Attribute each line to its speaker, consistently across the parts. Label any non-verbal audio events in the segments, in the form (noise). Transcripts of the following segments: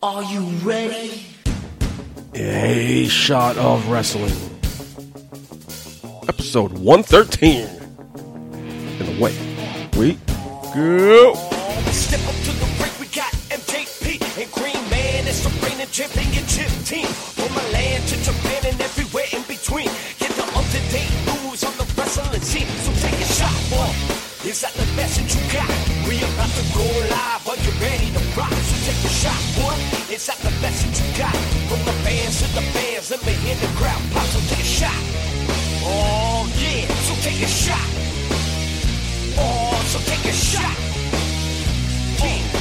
Speaker 1: Are you ready?
Speaker 2: A shot of wrestling. Episode 113. In the way. We go.
Speaker 1: Step up to the break, we got MJP and Green Man. It's the reigning championship team. From Milan to Japan and everywhere in between. Get the up-to-date news on the wrestling scene. So take a shot, boy. Is that the message you got? We about to go live. Are you ready to rock? So take a shot, boy. Is that the message you got? From the fans to the fans, let me hear the crowd pop. So take a shot. Oh yeah, so take a shot. Oh, so take a shot. Yeah.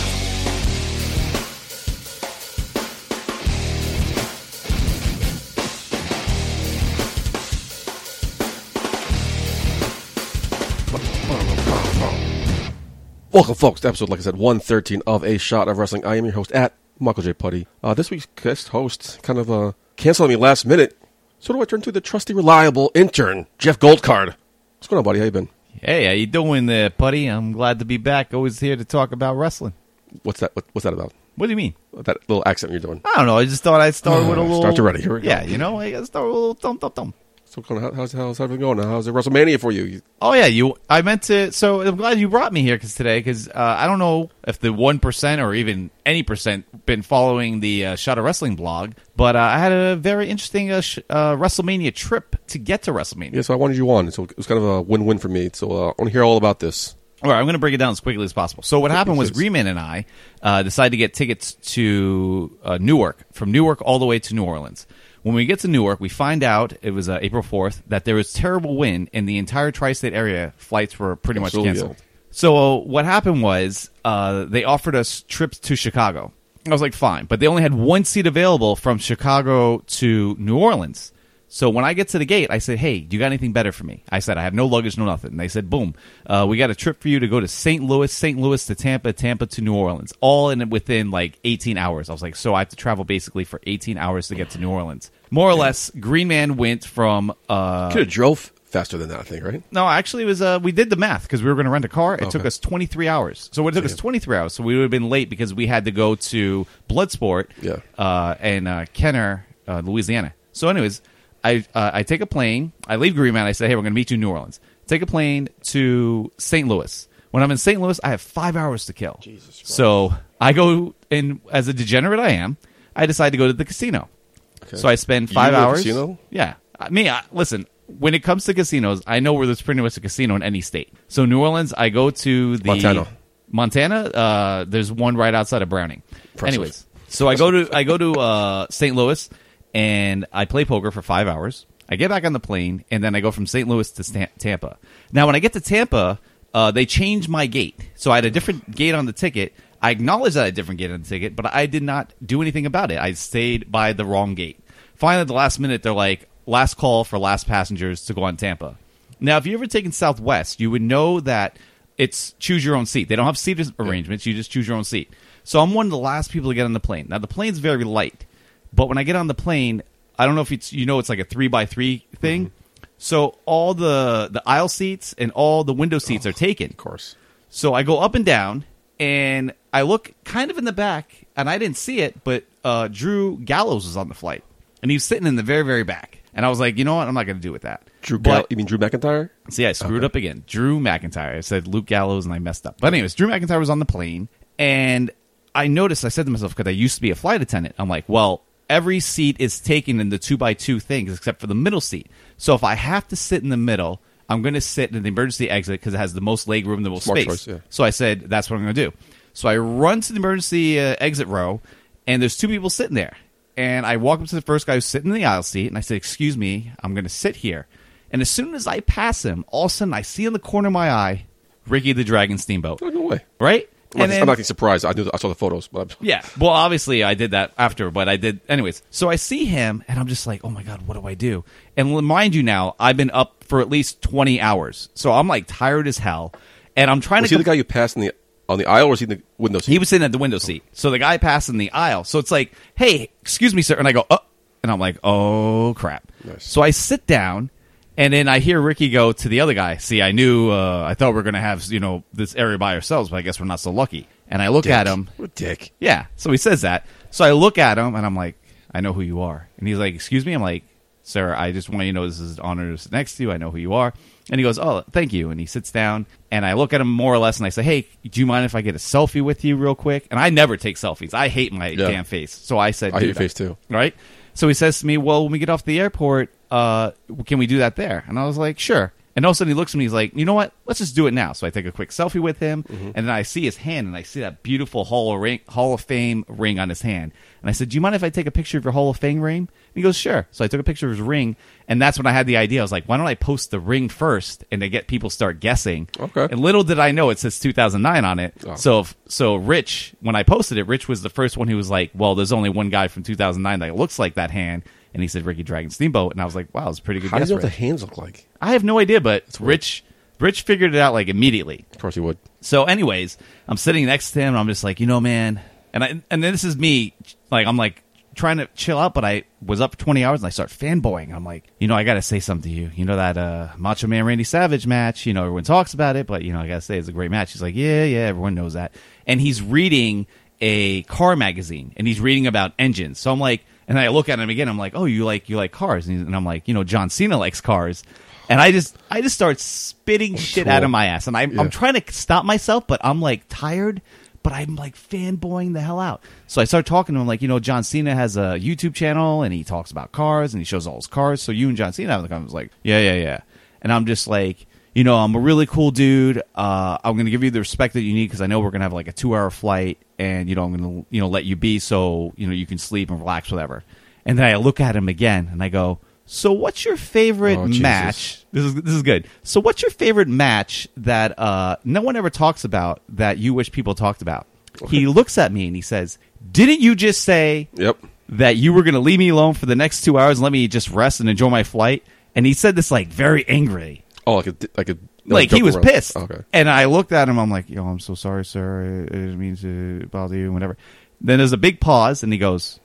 Speaker 2: Welcome, folks, to episode, like I said, 113 of A Shot of Wrestling. I am your host at Michael J. Putty. Uh, this week's guest host kind of uh, canceled on me last minute. So do I turn to the trusty, reliable intern, Jeff Goldcard. What's going on, buddy? How you been?
Speaker 3: Hey, how you doing there, buddy? I'm glad to be back. Always here to talk about wrestling.
Speaker 2: What's that? What, what's that about?
Speaker 3: What do you mean?
Speaker 2: That little accent you're doing.
Speaker 3: I don't know. I just thought I'd start with a
Speaker 2: Uh,
Speaker 3: little.
Speaker 2: start already. Here we go.
Speaker 3: Yeah, you know, I gotta start with a little thump, thump, thump.
Speaker 2: So, kind of, how's, how's everything going? How's the WrestleMania for you? You-
Speaker 3: Oh yeah, you. I meant to. So I'm glad you brought me here because today, because uh, I don't know if the one percent or even any percent been following the uh, Shot of Wrestling blog, but uh, I had a very interesting uh, sh- uh, WrestleMania trip to get to WrestleMania.
Speaker 2: Yeah, so I wanted you on. So it was kind of a win-win for me. So uh, I want to hear all about this.
Speaker 3: All right, I'm going to break it down as quickly as possible. So what happened was
Speaker 2: please.
Speaker 3: Greenman and I uh, decided to get tickets to uh, Newark, from Newark all the way to New Orleans. When we get to Newark, we find out it was uh, April 4th that there was terrible wind in the entire tri-state area. Flights were pretty much
Speaker 2: Absolutely.
Speaker 3: canceled. So uh, what happened was uh, they offered us trips to Chicago. I was like, fine, but they only had one seat available from Chicago to New Orleans. So when I get to the gate, I said, "Hey, do you got anything better for me?" I said, "I have no luggage, no nothing." And they said, "Boom, uh, we got a trip for you to go to St. Louis, St. Louis to Tampa, Tampa to New Orleans, all in within like 18 hours." I was like, "So I have to travel basically for 18 hours to get to New Orleans." More or less, Green Man went from uh,
Speaker 2: Could have drove faster than that, I think, right?
Speaker 3: no, actually, it was uh, we did the math because we were going to rent a car. It took us 23 hours. So it took us 23 hours. So we would have been late because we had to go to Bloodsport
Speaker 2: Yeah.
Speaker 3: uh, and uh, Kenner, uh, Louisiana. So, anyways, I uh, I take a plane. I leave Green Mountain. I say, hey, we're going to meet you in New Orleans. Take a plane to St. Louis. When I'm in St. Louis, I have five hours to kill. Jesus So I go and as a degenerate I am, I decide to go to the casino. So I spend
Speaker 2: You
Speaker 3: five
Speaker 2: go to
Speaker 3: hours.
Speaker 2: casino?
Speaker 3: Yeah, I, me. I, listen, when it comes to casinos, I know where there's pretty much a casino in any state. So New Orleans, I go to the
Speaker 2: Montana.
Speaker 3: Montana. Uh, there's one right outside of Browning.
Speaker 2: Impressive.
Speaker 3: Anyways, so I go to I go to uh, St. Louis and I play poker for five hours. I get back on the plane and then I go from St. Louis to Stan- Tampa. Now, when I get to Tampa, uh, they changed my gate, so I had a different gate on the ticket. I acknowledged that I had a different gate on the ticket, but I did not do anything about it. I stayed by the wrong gate. Finally, at the last minute, they're like, "Last call for last passengers to go on Tampa." Now, if you ever taken Southwest, you would know that it's choose your own seat. They don't have seat arrangements. You just choose your own seat. So I'm one of the last people to get on the plane. Now the plane's very light, but when I get on the plane, I don't know if it's you know it's like a three by three thing.
Speaker 2: Mm-hmm.
Speaker 3: So all the the aisle seats and all the window seats are taken.
Speaker 2: Oh, Of course.
Speaker 3: So I go up and down, and I look kind of in the back, and I didn't see it, but uh, Drew Gallows was on the flight, and he was sitting in the very, very back. And I was like, you know what? I'm not going to do with that.
Speaker 2: Drew Gal-
Speaker 3: But-
Speaker 2: you mean Drew McIntyre?
Speaker 3: See, I screwed up again. Drew McIntyre. I said Luke Gallows, and I messed up. But anyways, Drew McIntyre was on the plane, and I noticed. I said to myself, because I used to be a flight attendant, I'm like, well, every seat is taken in the two by two things except for the middle seat. So if I have to sit in the middle, I'm going to sit in the emergency exit because it has the most leg room, the most
Speaker 2: Smart
Speaker 3: space.
Speaker 2: choice, yeah.
Speaker 3: So I said, that's what I'm going to do. So I run to the emergency uh, exit row, and there's two people sitting there. And I walk up to the first guy who's sitting in the aisle seat, and I said, Excuse me, I'm going to sit here. And as soon as I pass him, all of a sudden I see in the corner of my eye Ricky the Dragon Steamboat.
Speaker 2: Oh, no way.
Speaker 3: Right?
Speaker 2: I'm, not,
Speaker 3: And
Speaker 2: I'm
Speaker 3: then-
Speaker 2: not getting surprised. I knew I saw the photos, but I'm,
Speaker 3: yeah. Well, obviously I did that after, but I did anyways. So I see him and I'm just like, "Oh my god, what do I do?" And l- mind you now, I've been up for at least 20 hours. So I'm like tired as hell and I'm trying
Speaker 2: was
Speaker 3: to
Speaker 2: he the guy you passed in the on the aisle, or was he in the window seat?
Speaker 3: he was sitting at the window seat. So the guy passed in the aisle. So it's like, hey, excuse me, sir. And I go, oh. And I'm like, oh, crap.
Speaker 2: Nice.
Speaker 3: So I sit down, and then I hear Ricky go to the other guy. See, I knew, uh, I thought we are going to have, you know, this area by ourselves, but I guess we're not so lucky. And I look at him.
Speaker 2: What a dick!
Speaker 3: Yeah. So he says that. So I look at him and I'm like, I know who you are. And he's like, Excuse me? I'm like, Sir, I just want you to know this is an honor to sit next to you. I know who you are. And he goes, Oh, thank you. And he sits down and I look at him more or less and I say, Hey, do you mind if I get a selfie with you real quick? And I never take selfies. I hate my
Speaker 2: Yeah.
Speaker 3: damn face. So I said,
Speaker 2: I hate
Speaker 3: "Dude,
Speaker 2: your face, too."
Speaker 3: Right? So he says to me, Well, when we get off the airport, uh, can we do that there? And I was like, Sure. And all of a sudden he looks at me, he's like, You know what? Let's just do it now. So I take a quick selfie with him, and then I see his hand, and I see that beautiful Hall of, ring, Hall of Fame ring on his hand. And I said, Do you mind if I take a picture of your Hall of Fame ring? And he goes, Sure. So I took a picture of his ring, and that's when I had the idea. I was like, Why don't I post the ring first and to get people start guessing?
Speaker 2: Okay.
Speaker 3: And little did I know it says 2009 on it.
Speaker 2: Oh.
Speaker 3: So if- so Rich, when I posted it, Rich was the first one who was like, "Well, there's only one guy from 2009 that looks like that hand," and he said Ricky Dragon Steamboat, and I was like, "Wow, it's a pretty good
Speaker 2: How do
Speaker 3: guess."
Speaker 2: you know what the
Speaker 3: Rich."
Speaker 2: hands look like?
Speaker 3: I have no idea, but Rich Rich figured it out like immediately.
Speaker 2: Of course you would.
Speaker 3: So, anyways, I'm sitting next to him, and I'm just like, you know, man, and I and then this is me, like I'm like trying to chill out, but I was up 20 hours and I start fanboying. I'm like, you know, I got to say something to you. You know that uh, Macho Man Randy Savage match. You know, everyone talks about it, but you know, I got to say it's a great match. He's like, yeah, yeah, everyone knows that, and he's reading a car magazine and he's reading about engines. So I'm like, and I look at him again. I'm like, oh, you like you like cars, and, he's- and I'm like, you know, John Cena likes cars. And I just, I just start spitting shit out
Speaker 2: Cool.
Speaker 3: of my ass, and I'm,
Speaker 2: Yeah.
Speaker 3: I'm trying to stop myself, but I'm like tired, but I'm like fanboying the hell out. So I start talking to him, like, you know, John Cena has a YouTube channel and he talks about cars and he shows all his cars. So you and John Cena have the conversation. I was like, yeah, yeah, yeah. And I'm just like, you know, I'm a really cool dude. Uh, I'm going to give you the respect that you need because I know we're going to have like a two hour flight and, you know, I'm going to, you know, let you be so, you know, you can sleep and relax, whatever. And then I look at him again and I go, so what's your favorite
Speaker 2: Oh, Jesus.
Speaker 3: match this is this is good. So, what's your favorite match that uh, no one ever talks about that you wish people talked about? He looks at me and he says, "Didn't you just say
Speaker 2: Yep.
Speaker 3: that you were going to leave me alone for the next two hours and let me just rest and enjoy my flight?" And he said this like very angry,
Speaker 2: Oh, like a di- like a
Speaker 3: like he
Speaker 2: joke
Speaker 3: was
Speaker 2: around.
Speaker 3: pissed.
Speaker 2: Okay.
Speaker 3: And I looked at him. I'm like, "Yo, I'm so sorry, sir. I I didn't mean to bother you, whatever." Then there's a big pause, and he goes,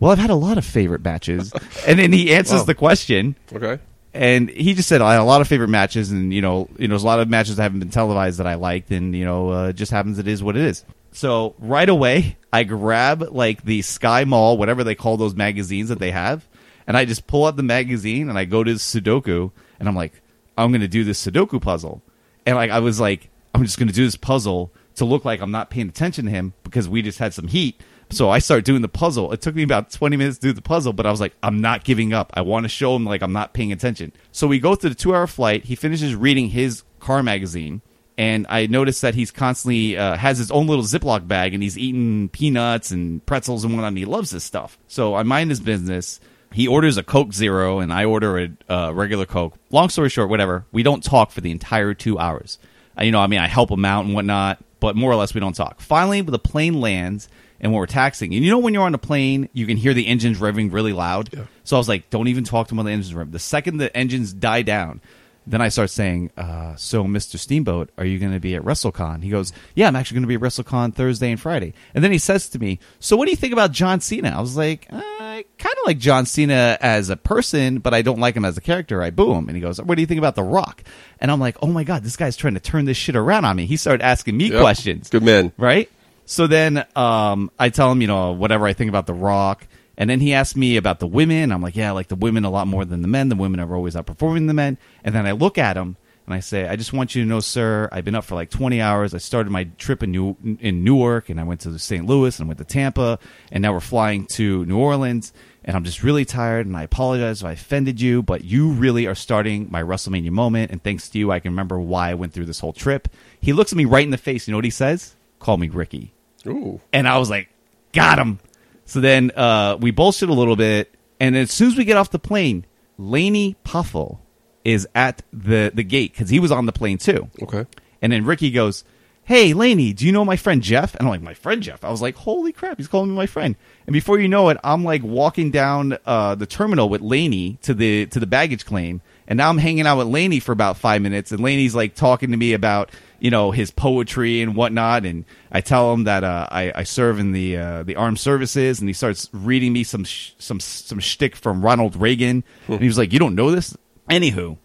Speaker 3: "Well, I've had a lot of
Speaker 2: (laughs)
Speaker 3: favorite matches," and then he answers
Speaker 2: Wow.
Speaker 3: the question
Speaker 2: Okay.
Speaker 3: and he just said I had a lot of favorite matches, and you know, you know, there's a lot of matches that haven't been televised that I liked, and you know, uh, it just happens it is what it is. So right away, I grab like the Sky Mall, whatever they call those magazines that they have, and I just pull out the magazine and I go to Sudoku, and I'm like, I'm gonna do this Sudoku puzzle, and like I was like, I'm just gonna do this puzzle to look like I'm not paying attention to him because we just had some heat. So I start doing the puzzle. It took me about 20 minutes to do the puzzle, but I was like, I'm not giving up. I want to show him like I'm not paying attention. So we go through the two hour flight. He finishes reading his car magazine. And I notice that he's constantly uh, has his own little Ziploc bag and he's eating peanuts and pretzels and whatnot. And he loves this stuff. So I mind his business. He orders a Coke Zero and I order a uh, regular Coke. Long story short, whatever. We don't talk for the entire two hours. Uh, you know, I mean, I help him out and whatnot, but more or less we don't talk. Finally, the plane lands and when we're taxing, and you know, when you're on a plane, you can hear the engines revving really loud. So I was like, don't even talk to him when the engines rev. The second the engines die down, then I start saying, uh, so Mr. Steamboat, are you going to be at WrestleCon? He goes, yeah, I'm actually going to be at WrestleCon Thursday and Friday. And then he says to me, so what do you think about John Cena? I was like, uh, I kind of like John Cena as a person, but I don't like him as a character. I boo him. And he goes, what do you think about The Rock? And I'm like, oh my God, this guy's trying to turn this shit around on me. He started asking me
Speaker 2: Yep.
Speaker 3: questions
Speaker 2: Good man.
Speaker 3: right? So then um, I tell him, you know, whatever I think about The Rock. And then he asked me about the women. I'm like, yeah, I like the women a lot more than the men. The women are always outperforming the men. And then I look at him and I say, I just want you to know, sir, I've been up for like 20 hours. I started my trip in, New- in Newark and I went to St. Louis and I went to Tampa. And now we're flying to New Orleans. And I'm just really tired. And I apologize if I offended you, but you really are starting my WrestleMania moment. And thanks to you, I can remember why I went through this whole trip. He looks at me right in the face. You know what he says? call me Ricky.
Speaker 2: Ooh.
Speaker 3: And I was like, got him. So then uh, we bullshit a little bit. And as soon as we get off the plane, Laney Puffle is at the, the gate because he was on the plane too.
Speaker 2: Okay.
Speaker 3: And then Ricky goes, Hey, Laney, do you know my friend Jeff? And I'm like, My friend Jeff. I was like, Holy crap, he's calling me my friend. And before you know it, I'm like walking down uh, the terminal with Laney to the to the baggage claim. And now I'm hanging out with Laney for about five minutes. And Laney's like talking to me about, you know, his poetry and whatnot. And I tell him that uh, I, I serve in the uh, the armed services. And he starts reading me some sh- some some shtick from Ronald Reagan. And he was like, You don't know this? Anywho,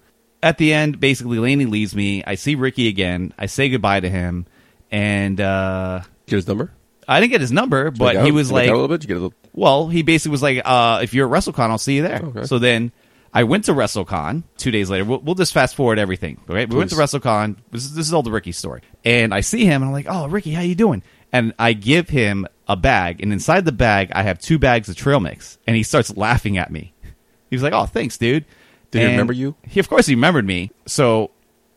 Speaker 3: at the end, basically, Laney leaves me. I see Ricky again. I say goodbye to him, and uh,
Speaker 2: Get his number.
Speaker 3: I- I didn't get his number, but
Speaker 2: Make
Speaker 3: he
Speaker 2: out?
Speaker 3: was
Speaker 2: You make
Speaker 3: like,
Speaker 2: out a little bit. You get a little.
Speaker 3: well, he basically was like, uh, if you're at WrestleCon, I'll see you there.
Speaker 2: Okay.
Speaker 3: So then I went to WrestleCon two days later. We'll, we'll just fast forward everything. Okay, we went to
Speaker 2: Please.
Speaker 3: WrestleCon. This is, this is all the Ricky story. And I see him, and I'm like, oh, Ricky, how you doing? And I give him a bag, and inside the bag, I have two bags of trail mix. And he starts laughing at me. He was like, oh, thanks, dude.
Speaker 2: Did he
Speaker 3: And
Speaker 2: remember you?
Speaker 3: He, of course, he remembered me. So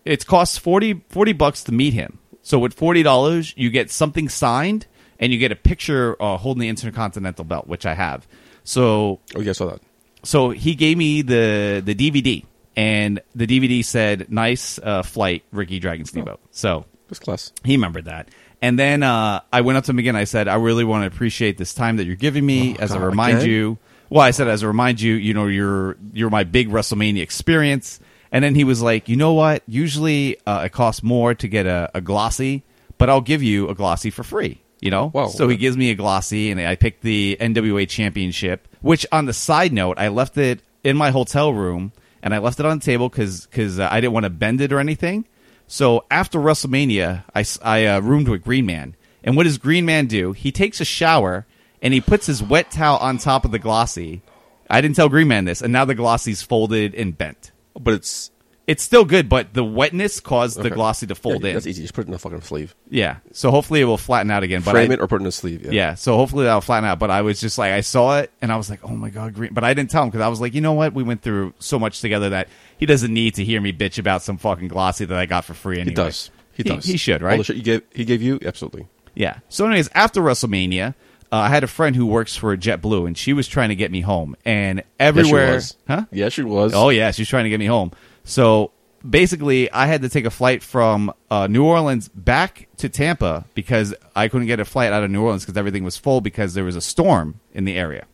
Speaker 3: it costs 40, 40 bucks to meet him. So with forty dollars, you get something signed and you get a picture uh, holding the Intercontinental Belt, which I have. So
Speaker 2: Oh, yeah, I saw that.
Speaker 3: so he gave me the the DVD, and the DVD said, "Nice uh, flight, Ricky Dragon Steamboat." So
Speaker 2: This class.
Speaker 3: he remembered that. And then uh, I went up to him again. I said, "I really want to appreciate this time that you're giving me.
Speaker 2: Oh,
Speaker 3: as I
Speaker 2: God,
Speaker 3: remind
Speaker 2: again?
Speaker 3: you, well, I said as I remind you, you know, you're you're my big WrestleMania experience." And then he was like, "You know what? Usually uh, it costs more to get a, a glossy, but I'll give you a glossy for free." You know,
Speaker 2: Wow.
Speaker 3: so he gives me a glossy, and I picked the NWA Championship. Which, on the side note, I left it in my hotel room, and I left it on the table because uh, I didn't want to bend it or anything. So after WrestleMania, I, s- I, uh, roomed with Green Man. And what does Green Man do? He takes a shower and he puts his wet towel on top of the glossy. I didn't tell Green Man this, and now the glossy's folded and bent.
Speaker 2: But it's.
Speaker 3: It's still good, but the wetness caused the
Speaker 2: okay.
Speaker 3: glossy to fold
Speaker 2: yeah,
Speaker 3: in.
Speaker 2: That's easy. Just put it in a fucking sleeve.
Speaker 3: Yeah. So hopefully it will flatten out again. But
Speaker 2: Frame
Speaker 3: I,
Speaker 2: it or put it in a sleeve. Yeah.
Speaker 3: yeah. So hopefully that'll flatten out. But I was just like, I saw it and I was like, oh my God, green. But I didn't tell him because I was like, you know what? We went through so much together that he doesn't need to hear me bitch about some fucking glossy that I got for free anyway.
Speaker 2: He does. He does.
Speaker 3: He, should,
Speaker 2: All
Speaker 3: right?
Speaker 2: the shit you gave, he gave you? Absolutely.
Speaker 3: Yeah. So, anyways, after WrestleMania, uh, I had a friend who works for JetBlue and she was trying to get me home. And
Speaker 2: Yes, she
Speaker 3: everywhere.
Speaker 2: was.
Speaker 3: Huh?
Speaker 2: Yes, she was.
Speaker 3: Oh yeah, she's trying to get me home. So basically, I had to take a flight from uh, New Orleans back to Tampa because I couldn't get a flight out of New Orleans because everything was full because there was a storm in the area.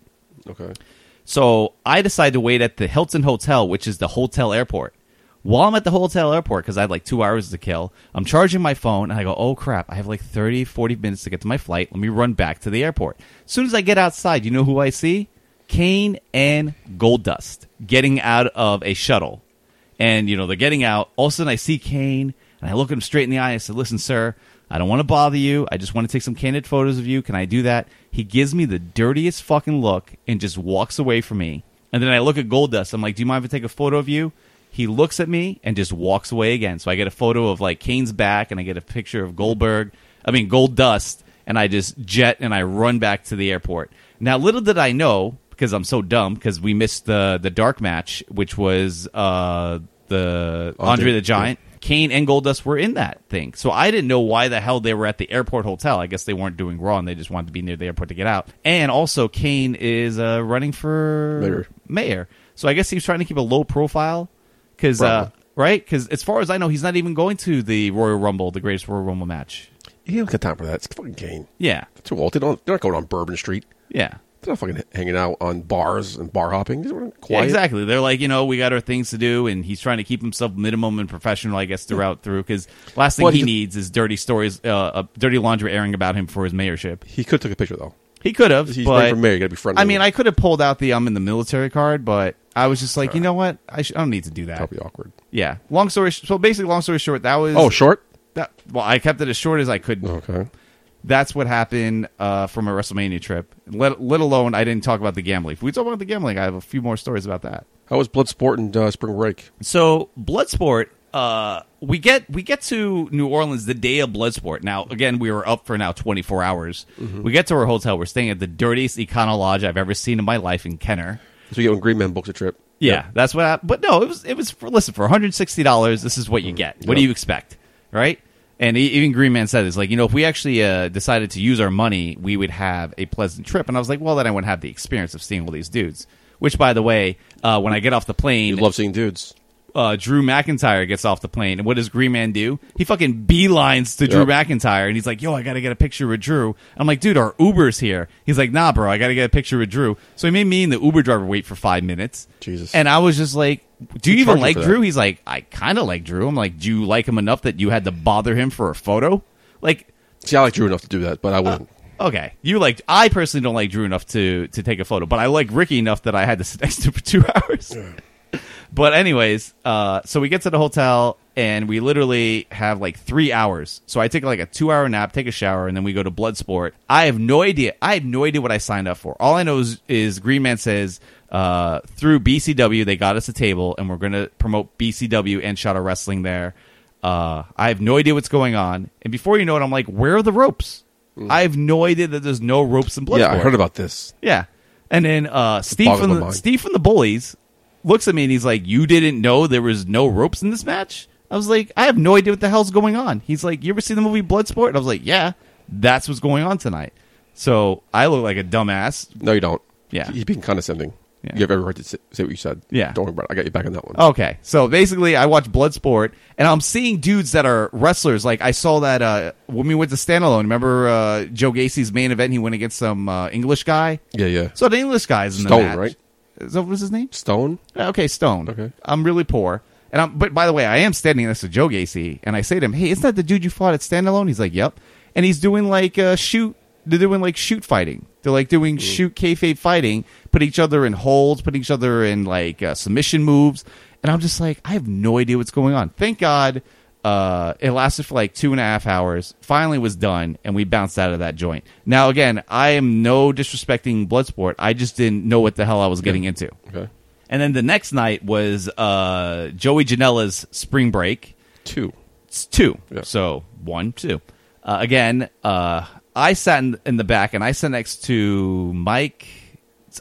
Speaker 2: Okay.
Speaker 3: So I decided to wait at the Hilton Hotel, which is the hotel airport. While I'm at the hotel airport, because I had like two hours to kill, I'm charging my phone and I go, oh crap, I have like 30, 40 minutes to get to my flight. Let me run back to the airport. As soon as I get outside, you know who I see? Kane and Gold Dust getting out of a shuttle. And, you know, they're getting out. All of a sudden, I see Kane and I look him straight in the eye. And I said, listen, sir, I don't want to bother you. I just want to take some candid photos of you. Can I do that? He gives me the dirtiest fucking look and just walks away from me. And then I look at Goldust. I'm like, do you mind if I take a photo of you? He looks at me and just walks away again. So I get a photo of like Kane's back and I get a picture of Goldberg. I mean, Gold Dust. And I just jet and I run back to the airport. Now, little did I know, because I'm so dumb, because we missed the, the dark match, which was uh, the Andre the Giant. Kane and Goldust were in that thing. So I didn't know why the hell they were at the airport hotel. I guess they weren't doing Raw and they just wanted to be near the airport to get out. And also, Kane is uh, running for
Speaker 2: Mayor.
Speaker 3: mayor. So I guess he was trying to keep a low profile because, uh,
Speaker 2: Probably.
Speaker 3: right? Because as far as I know, he's not even going to the Royal Rumble, the greatest Royal Rumble match.
Speaker 2: He don't got time for that. It's fucking Kane.
Speaker 3: Yeah.
Speaker 2: Too old. They don't, they're not going on Bourbon Street.
Speaker 3: Yeah.
Speaker 2: They're not fucking hanging out on bars and bar hopping. These are quiet.
Speaker 3: Yeah, exactly. They're like, you know, we got our things to do, and he's trying to keep himself minimum and professional, I
Speaker 2: (laughs)
Speaker 3: guess, throughout through. Because last thing
Speaker 2: Well,
Speaker 3: he
Speaker 2: he-
Speaker 3: needs is dirty stories, uh, uh, dirty laundry airing about him for his mayorship.
Speaker 2: He could have took a picture though.
Speaker 3: He could have,
Speaker 2: He's
Speaker 3: but
Speaker 2: running for mayor. You got to be friendly.
Speaker 3: I mean, I could have pulled out the I'm in the military card, but I was just like, you know what? I, sh- I don't need to do that.
Speaker 2: that'd be awkward.
Speaker 3: Yeah. Long story. Sh- so basically, long story short, that was.
Speaker 2: Oh, short.
Speaker 3: that, well, I kept it as short as I could.
Speaker 2: Okay.
Speaker 3: That's what happened uh, from a WrestleMania trip. Let, let alone, I didn't talk about the gambling. If we talk about the gambling, I have a few more stories about that.
Speaker 2: How was Bloodsport and uh, Spring Break?
Speaker 3: So Bloodsport, uh, we get we get to New Orleans the day of Bloodsport. Now again, we were up for now twenty four hours. We get to our hotel. We're staying at the dirtiest Econo Lodge I've ever seen in my life in Kenner.
Speaker 2: So you get when Green Man books a trip. Yep.
Speaker 3: Yeah, that's what. I, but no, it was it was for, listen for one hundred sixty dollars. This is what you get. What do
Speaker 2: Yep.
Speaker 3: you expect, right? And e- even Green Man said this, like you know, if we actually uh, decided to use our money, we would have a pleasant trip. And I was like, well, then I wouldn't have the experience of seeing all these dudes. Which, by the way, uh, when I get off the plane,
Speaker 2: You love seeing dudes.
Speaker 3: uh, Drew McIntyre gets off the plane, and what does Green Man do? He fucking beelines to Drew
Speaker 2: Yep.
Speaker 3: McIntyre, and he's like, "Yo, I gotta get a picture with Drew." I'm like, "Dude, our Uber's here." He's like, "Nah, bro, I gotta get a picture with Drew." So he made me and the Uber driver wait for five minutes.
Speaker 2: Jesus.
Speaker 3: And I was just like, "Do you
Speaker 2: Who charged
Speaker 3: even
Speaker 2: you
Speaker 3: like
Speaker 2: for that?
Speaker 3: Drew?" He's like, "I kind of like Drew." I'm like, "Do you like him enough that you had to bother him for a photo?" Like,
Speaker 2: See, I like Drew enough to do that, but I
Speaker 3: Uh,
Speaker 2: wouldn't.
Speaker 3: okay, you like. I (laughs) personally don't like Drew enough to to take a photo, but I like Ricky enough that I had to sit next to him for two hours. But anyways, uh, so we get to the hotel and we literally have like three hours. So I take like a two hour nap, take a shower, and then we go to Bloodsport. I have no idea. I have no idea what I signed up for. All I know is, is Green Man says uh, through BCW they got us a table and we're going to promote BCW and Shadow Wrestling there. Uh, I have no idea what's going on. And before you know it, I'm like, where are the ropes? I have no idea that there's no ropes in Bloodsport.
Speaker 2: Mm. yeah, I heard about this.
Speaker 3: Yeah. And then uh, Steve
Speaker 2: boggles
Speaker 3: from
Speaker 2: my
Speaker 3: the,
Speaker 2: mind.
Speaker 3: Steve from the Bullies looks at me and he's like, "You didn't know there was no ropes in this match?" I was like, "I have no idea what the hell's going on." He's like, "You ever seen the movie Bloodsport?" And I was like, "Yeah, that's what's going on tonight." So I look like a dumbass.
Speaker 2: No, you don't.
Speaker 3: Yeah.
Speaker 2: he's being condescending.
Speaker 3: Yeah.
Speaker 2: You have every right to say, say what you said.
Speaker 3: Yeah. Oh.
Speaker 2: don't worry about it. I got you back on that one.
Speaker 3: Okay, so basically, I watch Bloodsport, and I'm seeing dudes that are wrestlers. Like I saw that uh, when we went to Standalone. Remember uh, Joe Gacy's main event? He went against some uh, English guy.
Speaker 2: Yeah, yeah.
Speaker 3: So the English guy's in
Speaker 2: Stone,
Speaker 3: the match.
Speaker 2: right?
Speaker 3: Is that what was his name?
Speaker 2: Stone.
Speaker 3: Uh, Okay, Stone.
Speaker 2: Okay.
Speaker 3: I'm really poor. And I'm, but by the way, I am standing next to Joe Gacy, and I say to him, "Hey, isn't that the dude you fought at Standalone?" He's like, "Yep." And he's doing like uh, shoot. They're doing like shoot fighting. They're like doing shoot kayfabe fighting, put each other in holds, put each other in like uh, submission moves. And I'm just like, I have no idea what's going on. Thank God, uh, it lasted for like two and a half hours. Finally, was done, and we bounced out of that joint. Now, again, I am no disrespecting Bloodsport. I just didn't know what the hell I was getting into.
Speaker 2: Okay,
Speaker 3: And then the next night was uh, Joey Janela's spring break.
Speaker 2: two.
Speaker 3: It's two.
Speaker 2: Yeah.
Speaker 3: So one, two. Uh, again, uh, I sat in, in the back and I sat next to Mike.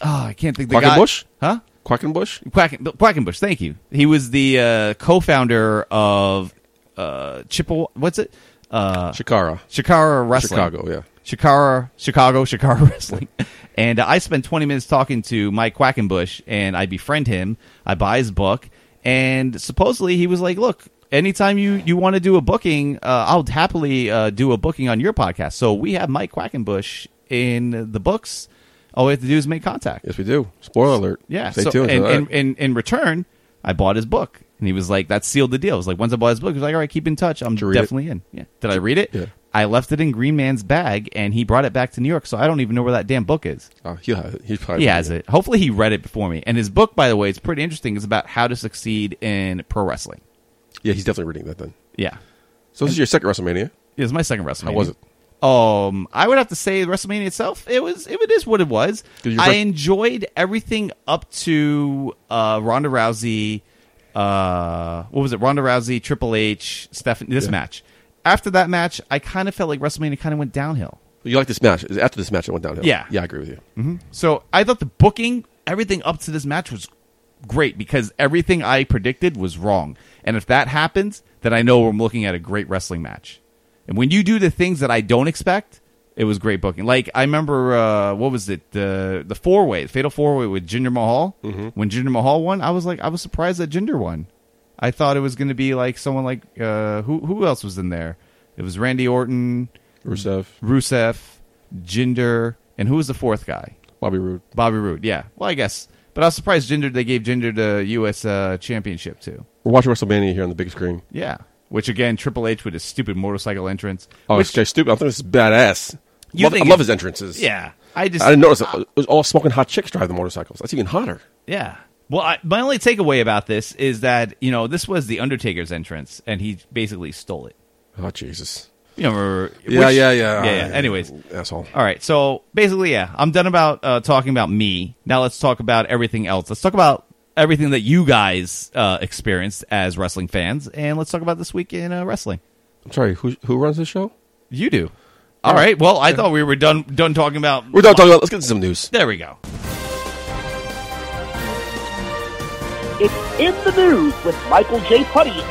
Speaker 3: Oh, I can't think the guy.
Speaker 2: Quackenbush?
Speaker 3: Huh?
Speaker 2: Quackenbush.
Speaker 3: Quacken, Quackenbush, thank you. He was the uh, co founder of uh, Chippewa. What's it? Uh,
Speaker 2: Shikara.
Speaker 3: Shikara Wrestling.
Speaker 2: Chicago, yeah.
Speaker 3: Shikara, Chicago, Shikara (laughs) Wrestling. And uh, I spent 20 minutes talking to Mike Quackenbush, and I befriend him. I buy his book, and supposedly he was like, "Look, anytime you you want to do a booking, uh, I'll happily uh, do a booking on your podcast." So we have Mike Quackenbush in the books. All we have to do is make contact.
Speaker 2: Yes, we do. Spoiler alert.
Speaker 3: Yeah.
Speaker 2: Stay
Speaker 3: so,
Speaker 2: tuned.
Speaker 3: And,
Speaker 2: for that.
Speaker 3: and, and in return, I bought his book. And he was like, that sealed the deal. I was like, once I bought his book, he was like, all right, keep in touch. I'm
Speaker 2: you read it?
Speaker 3: definitely in. Yeah. Did I read it?
Speaker 2: Yeah.
Speaker 3: I left it in Green Man's bag and he brought it back to New York. So I don't even know where that damn book is.
Speaker 2: Oh, he'll have it. He's probably
Speaker 3: He has it. Hopefully he read it before me. And his book, by the way, it's pretty interesting. It's about how to succeed in pro wrestling.
Speaker 2: Yeah, he's definitely reading that then.
Speaker 3: Yeah.
Speaker 2: So this is your second WrestleMania.
Speaker 3: It was my second WrestleMania.
Speaker 2: How was it?
Speaker 3: Um, I would have to say WrestleMania itself. It was. It, it is what it was.
Speaker 2: Did you
Speaker 3: I
Speaker 2: rec-
Speaker 3: enjoyed everything up to uh, Ronda Rousey. Uh, what was it? Ronda Rousey, Triple H, Stephanie. This
Speaker 2: Yeah.
Speaker 3: match. After that match, I kind of felt like WrestleMania kind of went downhill.
Speaker 2: You like this match? After this match, it went downhill.
Speaker 3: Yeah.
Speaker 2: yeah, I agree with you.
Speaker 3: So I thought the booking, everything up to this match was great because everything I predicted was wrong. And if that happens, then I know I'm looking at a great wrestling match. And when you do the things that I don't expect, it was great booking. Like I remember, uh, what was it? The the four way, fatal four way with Jinder Mahal. When Jinder Mahal won, I was like, I was surprised that Jinder won. I thought it was going to be like someone like uh, who who else was in there? It was Randy Orton,
Speaker 2: Rusev,
Speaker 3: Rusev, Jinder, and who was the fourth guy?
Speaker 2: Bobby Roode.
Speaker 3: Bobby Roode, yeah. Well, I guess. But I was surprised Jinder they gave Jinder the U.S. Uh, championship too.
Speaker 2: We're watching WrestleMania here on the big screen.
Speaker 3: Yeah. Which again, Triple H with his stupid motorcycle entrance.
Speaker 2: Oh,
Speaker 3: which,
Speaker 2: this guy's stupid. I think this is badass.
Speaker 3: You
Speaker 2: Love-
Speaker 3: think
Speaker 2: I love
Speaker 3: it's-
Speaker 2: his entrances.
Speaker 3: yeah. I just
Speaker 2: I didn't notice it. It was all smoking hot chicks driving motorcycles. That's even hotter.
Speaker 3: Yeah. Well, I, my only takeaway about this is that you know this was the Undertaker's entrance, and he basically stole it.
Speaker 2: Oh Jesus.
Speaker 3: You know, or-
Speaker 2: Yeah,
Speaker 3: which-
Speaker 2: yeah, yeah,
Speaker 3: yeah, yeah. Anyways,
Speaker 2: asshole.
Speaker 3: All right. So basically, yeah, I'm done about uh, talking about me. Now let's talk about everything else. Let's talk about everything that you guys uh, experienced as wrestling fans, and let's talk about this week in uh, wrestling.
Speaker 2: I'm sorry. Who who runs this show?
Speaker 3: You do. All right. Well, I thought we were done done talking about.
Speaker 2: We're done talking about. Let's get into some news.
Speaker 3: There we go.
Speaker 1: It's in the news with Michael J. Putty
Speaker 2: All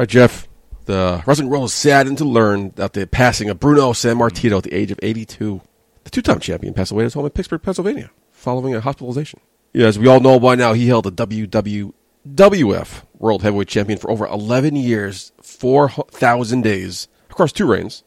Speaker 2: right, Jeff. The Wrestling World is saddened to learn about the passing of Bruno San Martino at the age of 82. The two time champion passed away at his home in Pittsburgh, Pennsylvania, following a hospitalization. Yeah, as we all know by now, he held the WWF World Heavyweight Champion for over 11 years, 4,000 days, across two reigns,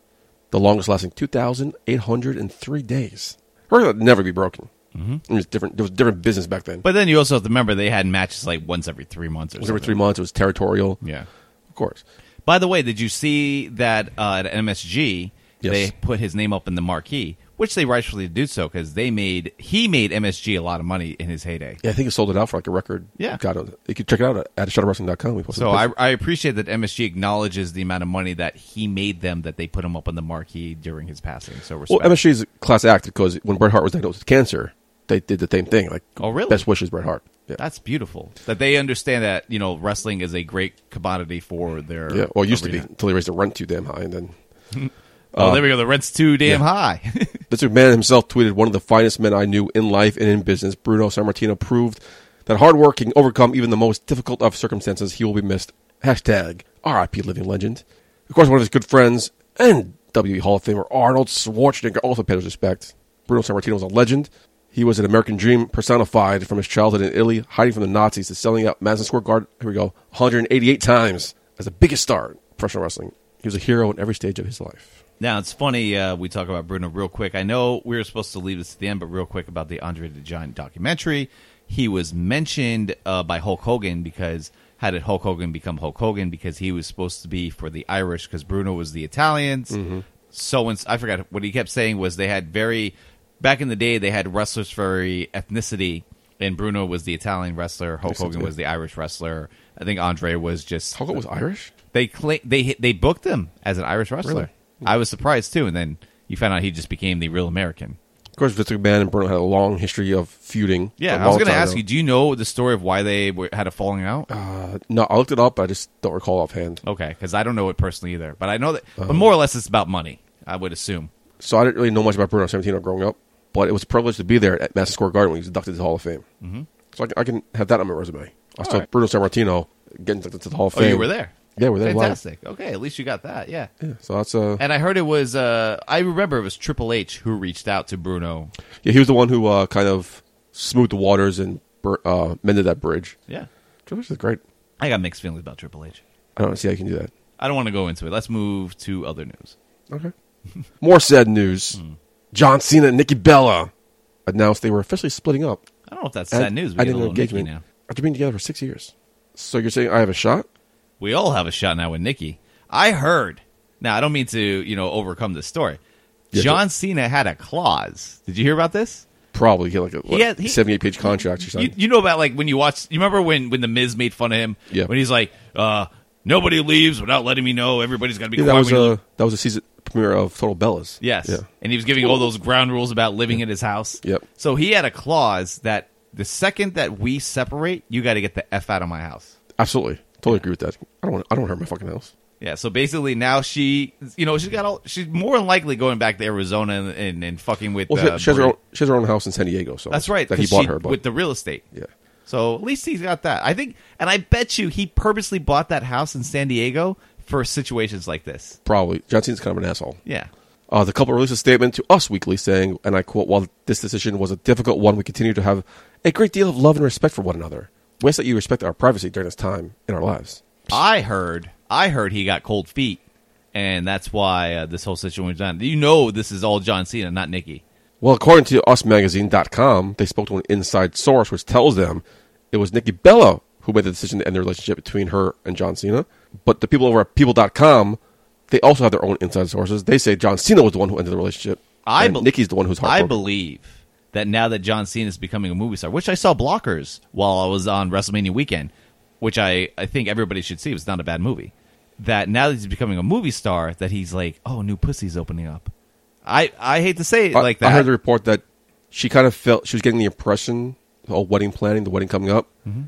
Speaker 2: the longest lasting 2,803 days. A record that would never be broken. Mm-hmm. It was different. There was different business back then.
Speaker 3: But then you also have to remember they had matches like once every three months or
Speaker 2: it was
Speaker 3: something.
Speaker 2: every three months. It was territorial.
Speaker 3: Yeah.
Speaker 2: Of course.
Speaker 3: By the way, did you see that uh, at MSG
Speaker 2: Yes.
Speaker 3: they put his name up in the marquee? which they rightfully do so because they made he made MSG a lot of money in his heyday.
Speaker 2: Yeah, I think it sold it out for like a record.
Speaker 3: Yeah.
Speaker 2: Got it. You can check it out at- at shutterwrestling.com. We posted
Speaker 3: So
Speaker 2: the
Speaker 3: I,
Speaker 2: picture.
Speaker 3: I appreciate that MSG acknowledges the amount of money that he made them that they put him up on the marquee during his passing. So
Speaker 2: well,
Speaker 3: respect.
Speaker 2: MSG is a class act because when Bret Hart was diagnosed with cancer, they did the same thing. Like,
Speaker 3: Oh, really?
Speaker 2: Best wishes, Bret Hart. Yeah.
Speaker 3: That's beautiful that they understand that you know wrestling is a great commodity for their
Speaker 2: yeah. Well, it used
Speaker 3: arena.
Speaker 2: to be until he raised the rent too damn high, and then
Speaker 3: Oh, there we go. The rent's too damn high. (laughs)
Speaker 2: Vince McMahon himself tweeted, "One of the finest men I knew in life and in business, Bruno Sammartino proved that hard work can overcome even the most difficult of circumstances. He will be missed." Hashtag RIP Living Legend. Of course, one of his good friends and WWE Hall of Famer Arnold Schwarzenegger also paid his respect. Bruno Sammartino was a legend. He was an American dream personified from his childhood in Italy, hiding from the Nazis to selling out Madison Square Garden. Here we go, 188 times as the biggest star in professional wrestling. He was a hero in every stage of his life.
Speaker 3: now it's funny uh, we talk about Bruno real quick. I know we were supposed to leave this to the end, but real quick about the Andre the Giant documentary. He was mentioned uh, by Hulk Hogan because how did Hulk Hogan become Hulk Hogan? Because he was supposed to be for the Irish because Bruno was the Italians. So and I forgot what he kept saying was they had very back in the day they had wrestlers for every ethnicity. And Bruno was the Italian wrestler. Hulk
Speaker 2: Makes sense,
Speaker 3: Hogan
Speaker 2: yeah.
Speaker 3: was the Irish wrestler. I think Andre was just
Speaker 2: Hulk Hogan was Irish.
Speaker 3: they cla- they they booked him as an Irish wrestler.
Speaker 2: Really?
Speaker 3: I was surprised too, and then you found out he just became the real American.
Speaker 2: Of course, Vince McMahon and Bruno had a long history of feuding.
Speaker 3: Yeah,
Speaker 2: A
Speaker 3: I was
Speaker 2: long
Speaker 3: going to
Speaker 2: time
Speaker 3: ask
Speaker 2: ago.
Speaker 3: you, do you know the story of why they were, had a falling out? Okay, 'cause
Speaker 2: Uh, no, I looked it up. I just don't recall offhand.
Speaker 3: okay, because I don't know it personally either, but I know that.
Speaker 2: Uh-huh.
Speaker 3: but more or less, it's about money. I would assume.
Speaker 2: So I didn't really know much about Bruno Sammartino growing up, but it was a privilege to be there at Madison Square Garden when he was inducted to the Hall of Fame. Mm-hmm. So I can, I can have that on my resume. I saw
Speaker 3: right.
Speaker 2: Bruno Sammartino getting inducted to the Hall of
Speaker 3: Oh,
Speaker 2: Fame.
Speaker 3: you were there.
Speaker 2: Yeah, we're there live.
Speaker 3: Fantastic. Okay, at least you got that. Yeah.
Speaker 2: Yeah, so that's uh,
Speaker 3: And I heard it was. Uh, I remember it was Triple H who reached out to Bruno.
Speaker 2: yeah, he was the one who uh, kind of smoothed the waters and bur- uh, mended that bridge.
Speaker 3: Yeah,
Speaker 2: Which is great.
Speaker 3: I got mixed feelings about Triple H.
Speaker 2: I don't see how you can do that.
Speaker 3: I don't want to go into it. Let's move to other news.
Speaker 2: Okay. (laughs) More sad news.
Speaker 3: Hmm.
Speaker 2: John Cena and Nikki Bella announced they were officially splitting up.
Speaker 3: I don't know if that's
Speaker 2: at-
Speaker 3: sad news. We
Speaker 2: at
Speaker 3: get a
Speaker 2: an
Speaker 3: little Nikki now.
Speaker 2: After being together for six years. So you're saying I have a shot?
Speaker 3: we all have a shot now with Nikki. I heard. Now I don't mean to, you know, overcome this story.
Speaker 2: Yeah,
Speaker 3: John Cena had a clause. Did you hear about this?
Speaker 2: Probably get like a what,
Speaker 3: He had- he-
Speaker 2: 78 page contract or something.
Speaker 3: You, you know about like when you watch. You remember when when the Miz made fun of him?
Speaker 2: Yeah.
Speaker 3: When he's like, uh, "Nobody leaves without letting me know. Everybody's got to be
Speaker 2: Yeah, that
Speaker 3: quiet."
Speaker 2: was
Speaker 3: when you
Speaker 2: a that was a season premiere of Total Bellas.
Speaker 3: Yes.
Speaker 2: Yeah.
Speaker 3: And he was giving all those ground rules about living in his house.
Speaker 2: Yep.
Speaker 3: So he had a clause that the second that we separate, you got to get the f out of my house.
Speaker 2: Absolutely. Totally agree with that. I don't want I don't want her in my fucking house.
Speaker 3: Yeah, so basically now she, you know, she's got all. She's more than likely going back to Arizona and and, and fucking with.
Speaker 2: Well, she-
Speaker 3: uh,
Speaker 2: she, has her
Speaker 3: Maria.
Speaker 2: own, she has her own house in San Diego. So
Speaker 3: That's right.
Speaker 2: That he
Speaker 3: 'cause
Speaker 2: bought
Speaker 3: she-
Speaker 2: her, but
Speaker 3: with the real estate.
Speaker 2: yeah,
Speaker 3: So at least he's got that. I think, and I bet you he purposely bought that house in San Diego for situations like this.
Speaker 2: probably John Cena's kind of an asshole.
Speaker 3: Yeah.
Speaker 2: Uh, the couple released a statement to Us Weekly saying, and I quote, while this decision was a difficult one, we continue to have a great deal of love and respect for one another. We ask that you respect our privacy during this time in our lives.
Speaker 3: I heard, I heard he got cold feet, and that's why uh, this whole situation was done. You know, this is all John Cena, not Nikki.
Speaker 2: Well, according to usmagazine.com, they spoke to an inside source which tells them it was Nikki Bella who made the decision to end the relationship between her and John Cena. But the people over at people.com, they also have their own inside sources. They say John Cena was the one who ended the relationship.
Speaker 3: I
Speaker 2: and
Speaker 3: bel-
Speaker 2: Nikki's the one who's
Speaker 3: I
Speaker 2: heartbroken.
Speaker 3: believe that now that John Cena is becoming a movie star, which I saw Blockers while I was on WrestleMania weekend, which I, I think everybody should see. It was not a bad movie. That now that he's becoming a movie star, that he's like, oh, new pussy's opening up. I, I hate to say it
Speaker 2: I-
Speaker 3: like
Speaker 2: I
Speaker 3: that.
Speaker 2: heard the report that she kind of felt she was getting the impression, the whole wedding planning, the wedding coming up,
Speaker 3: Mm-hmm.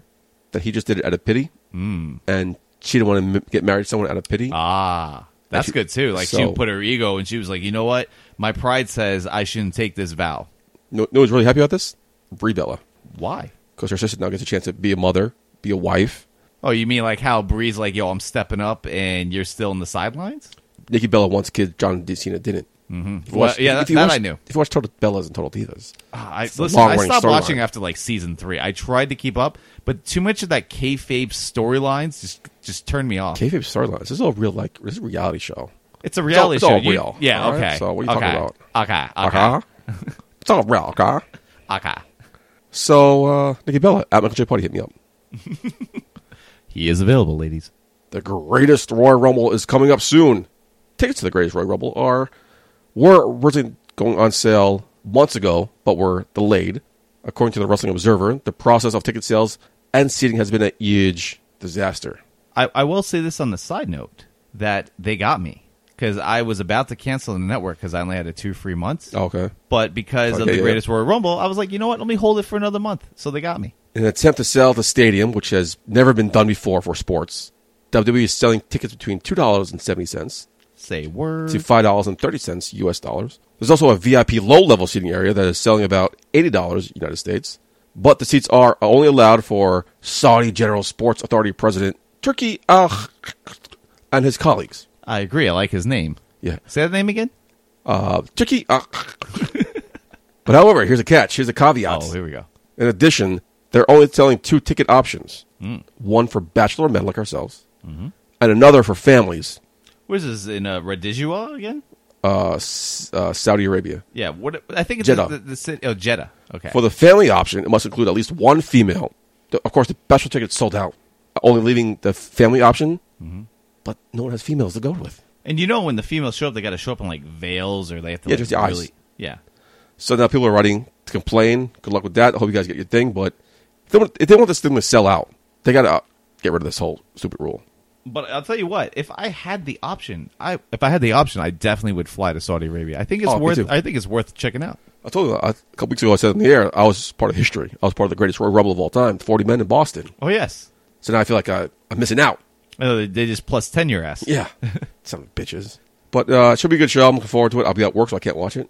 Speaker 2: that he just did it out of pity, mm. and she didn't want to m- get married to someone out of pity.
Speaker 3: ah, that's
Speaker 2: she-
Speaker 3: good too. Like
Speaker 2: so-
Speaker 3: she put her ego and she was like, you know what? My pride says I shouldn't take this vow.
Speaker 2: no, no one's really happy about this. Brie Bella,
Speaker 3: Why?
Speaker 2: because her sister now gets a chance to be a mother, be a wife.
Speaker 3: Oh, you mean like how Bree's like, yo, I'm stepping up and you're still in the sidelines?
Speaker 2: Nikki Bella wants kids. John D. Cena didn't. Mm-hmm. If you
Speaker 3: Well, yeah, that- that
Speaker 2: watch-
Speaker 3: I knew.
Speaker 2: If you watch Total Bellas and Total Divas,
Speaker 3: Ah,
Speaker 2: a
Speaker 3: I, listen, I
Speaker 2: long-running
Speaker 3: stopped
Speaker 2: storyline.
Speaker 3: watching after like season three. I tried to keep up, but too much of that kayfabe storylines just just turned me off.
Speaker 2: kayfabe storylines. This is all real. Like this is a reality show.
Speaker 3: it's a reality
Speaker 2: it's all
Speaker 3: show. You-
Speaker 2: real,
Speaker 3: yeah.
Speaker 2: all right?
Speaker 3: okay.
Speaker 2: So what are you
Speaker 3: okay.
Speaker 2: talking
Speaker 3: Okay. (laughs) Okay.
Speaker 2: Uh-huh. it's all real. Okay.
Speaker 3: Okay.
Speaker 2: So uh, Nikki Bella at Michael J. Putty hit me up.
Speaker 3: He is available, ladies.
Speaker 2: The greatest Royal Rumble is coming up soon. Tickets to the greatest Royal Rumble are were originally going on sale months ago, but were delayed. According to the Wrestling Observer, the process of ticket sales and seating has been a huge disaster.
Speaker 3: I, I will say this on the side note that they got me because I was about to cancel the network because I only had a two free months.
Speaker 2: Okay.
Speaker 3: But because of
Speaker 2: Oh. Okay,
Speaker 3: the
Speaker 2: yeah.
Speaker 3: Greatest Royal Rumble, I was like, you know what? Let me hold it for another month. So they got me.
Speaker 2: In an attempt to sell the stadium, which has never been done before for sports, WWE is selling tickets between $2.70
Speaker 3: Say word.
Speaker 2: to five dollars and thirty cents U.S. dollars. There's also a VIP low-level seating area that is selling about eighty dollars United States, but the seats are only allowed for Saudi General Sports Authority President Turkey Al and his colleagues.
Speaker 3: I agree. I like his name.
Speaker 2: Yeah.
Speaker 3: Say that name again.
Speaker 2: Uh, (laughs) Turkey Al. but however, here's a catch. Here's a caveat.
Speaker 3: Oh, here we go.
Speaker 2: In addition, they're only selling two ticket options:
Speaker 3: Hmm.
Speaker 2: one for bachelor men like ourselves,
Speaker 3: Mm-hmm.
Speaker 2: and another for families.
Speaker 3: Where's this in uh, Radijua again?
Speaker 2: Uh, S- uh, Saudi Arabia.
Speaker 3: Yeah. What I think it's
Speaker 2: Jeddah.
Speaker 3: The, the city. Oh, Jeddah. Okay.
Speaker 2: For the family option, it must include at least one female. The- Of course, the special tickets sold out, only leaving the family option. But no one has females to go with.
Speaker 3: and you know when the females show up, they got to show up in like veils or they have to
Speaker 2: Yeah,
Speaker 3: like,
Speaker 2: just the eyes.
Speaker 3: really. Yeah.
Speaker 2: So now people are writing to complain. Good luck with that. I hope you guys get your thing. But if they want, if they want this thing to sell out, they got to get rid of this whole stupid rule.
Speaker 3: But I'll tell you what, if I had the option, I if I had the option, I definitely would fly to Saudi Arabia. I think it's
Speaker 2: Oh, me
Speaker 3: worth.
Speaker 2: too.
Speaker 3: I think it's worth checking out.
Speaker 2: I told you I, a couple weeks ago, I said in the air, I was part of history. I was part of the greatest Royal Rumble of all time, 40 men in Boston.
Speaker 3: Oh yes,
Speaker 2: So now I feel like I, I'm missing out.
Speaker 3: Oh, they- they just plus ten your ass.
Speaker 2: Yeah. Some bitches. But uh, it should be a good show. I'm looking forward to it. I'll be at work, so I can't watch it.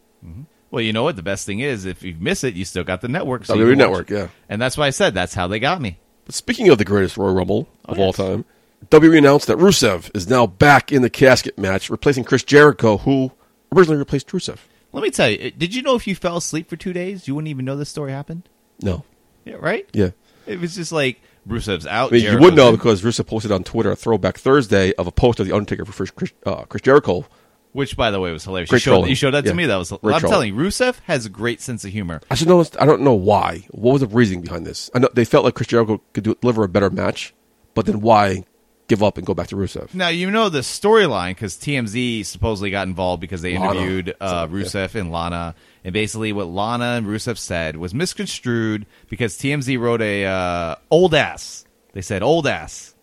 Speaker 3: Well, you know what? The best thing is if you miss it, you still got the network. So you
Speaker 2: WWE
Speaker 3: can watch
Speaker 2: Network,
Speaker 3: it.
Speaker 2: yeah.
Speaker 3: And that's why I said that's how they got me.
Speaker 2: But speaking of the greatest Royal Rumble of
Speaker 3: Oh,
Speaker 2: all
Speaker 3: yes.
Speaker 2: time, WWE announced that Rusev is now back in the casket match, replacing Chris Jericho, who originally replaced Rusev.
Speaker 3: Let me tell you. Did you know if you fell asleep for two days, you wouldn't even know this story happened?
Speaker 2: No.
Speaker 3: Yeah, right.
Speaker 2: Yeah.
Speaker 3: It was just like Rusev's out.
Speaker 2: I mean, you
Speaker 3: Jericho's
Speaker 2: would know
Speaker 3: in.
Speaker 2: because Rusev posted on Twitter a throwback Thursday of a post of The Undertaker for Chris, uh, Chris Jericho.
Speaker 3: which by the way was hilarious. You
Speaker 2: Great
Speaker 3: showed,
Speaker 2: trolling.
Speaker 3: you showed that to
Speaker 2: Yeah.
Speaker 3: me. That was.
Speaker 2: Great
Speaker 3: I'm
Speaker 2: trolling.
Speaker 3: telling you, Rusev has a great sense of humor.
Speaker 2: I should know. I don't know why. What was the reasoning behind this? I know they felt like Chris Jericho could do, deliver a better match, but then why give up and go back to Rusev?
Speaker 3: Now you know the storyline because TMZ supposedly got involved because they
Speaker 2: Lana.
Speaker 3: interviewed uh, Rusev and Lana, and basically what Lana and Rusev said was misconstrued because TMZ wrote a uh, old ass. They said old ass,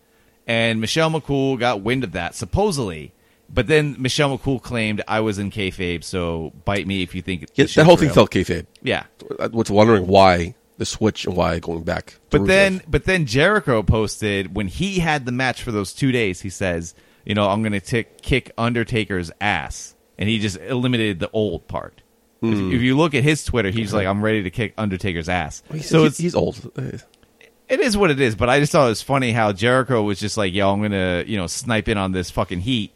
Speaker 3: and Michelle McCool got wind of that supposedly. But then Michelle McCool claimed I was in kayfabe, so bite me if you think
Speaker 2: Yeah,
Speaker 3: this
Speaker 2: that whole
Speaker 3: shit's
Speaker 2: thing
Speaker 3: real."
Speaker 2: felt kayfabe.
Speaker 3: yeah.
Speaker 2: I was wondering why the switch and why going back. to
Speaker 3: But
Speaker 2: Rusev.
Speaker 3: then, but then Jericho posted when he had the match for those two days. He says, "You know, I'm going to kick Undertaker's ass," and he just eliminated the old part. If, if you look at his Twitter, he's like, "I'm ready to kick Undertaker's ass."
Speaker 2: He's-
Speaker 3: so
Speaker 2: he's-
Speaker 3: it's,
Speaker 2: he's old. Uh,
Speaker 3: it is what it is. But I just thought it was funny how Jericho was just like, "Yo, I'm going to you know snipe in on this fucking heat,"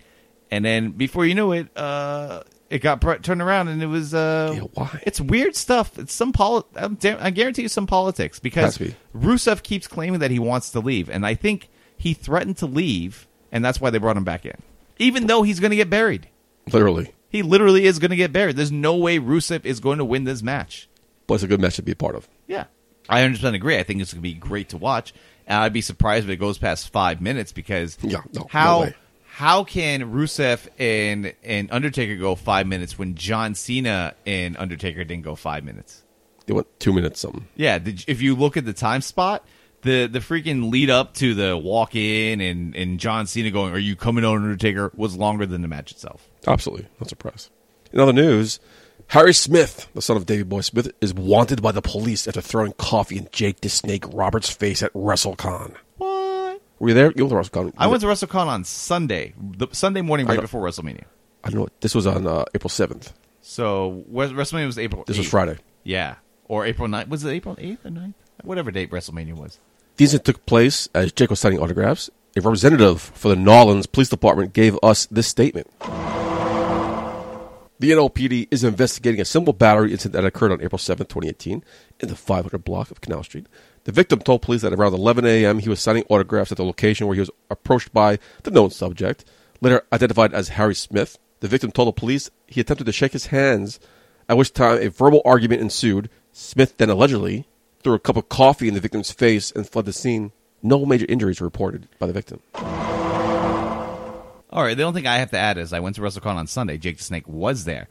Speaker 3: and then before you knew it, uh, it got br- turned around and it was uh,
Speaker 2: Yeah, why?
Speaker 3: it's weird stuff. It's some poli- I'm da- I guarantee you some politics because
Speaker 2: Has to be.
Speaker 3: Rusev keeps claiming that he wants to leave, and I think he threatened to leave, and that's why they brought him back in, even though he's going to get buried.
Speaker 2: Literally.
Speaker 3: He literally is going to get buried. There's no way Rusev is going to win this match.
Speaker 2: But it's a good match to be a part of.
Speaker 3: Yeah, I 100% agree. I think it's going to be great to watch, and I'd be surprised if it goes past five minutes because
Speaker 2: Yeah, no, no
Speaker 3: how
Speaker 2: way.
Speaker 3: how can Rusev and and Undertaker go five minutes when John Cena and Undertaker didn't go five minutes?
Speaker 2: They went two minutes something.
Speaker 3: Yeah, did, if you look at the time spot, the the freaking lead up to the walk in and and John Cena going, "Are you coming on Undertaker?" was longer than the match itself.
Speaker 2: Absolutely. Not surprised. In other news, Harry Smith, the son of Davy Boy Smith, is wanted by the police after throwing coffee in Jake the Snake Roberts' face at WrestleCon.
Speaker 3: What?
Speaker 2: Were you there? You went to WrestleCon.
Speaker 3: I went to WrestleCon on Sunday, the Sunday morning right
Speaker 2: know.
Speaker 3: before WrestleMania.
Speaker 2: I don't know. This was on uh, April 7th.
Speaker 3: So Wes- WrestleMania was April.
Speaker 2: This was
Speaker 3: 8th.
Speaker 2: Friday.
Speaker 3: Yeah, or April 9th. Was it April eighth or 9th? Whatever date WrestleMania was.
Speaker 2: These took place as Jake was signing autographs. A representative for the Nolans Police Department gave us this statement. The NOPD is investigating a simple battery incident that occurred on April seventh, 2018, in the 500 block of Canal Street. The victim told police that around 11 a.m., he was signing autographs at the location where he was approached by the known subject, later identified as Harry Smith. The victim told the police he attempted to shake his hands, at which time a verbal argument ensued. Smith then allegedly threw a cup of coffee in the victim's face and fled the scene. No major injuries were reported by the victim.
Speaker 3: All right, the only thing I have to add is I went to WrestleCon on Sunday. Jake the Snake was there.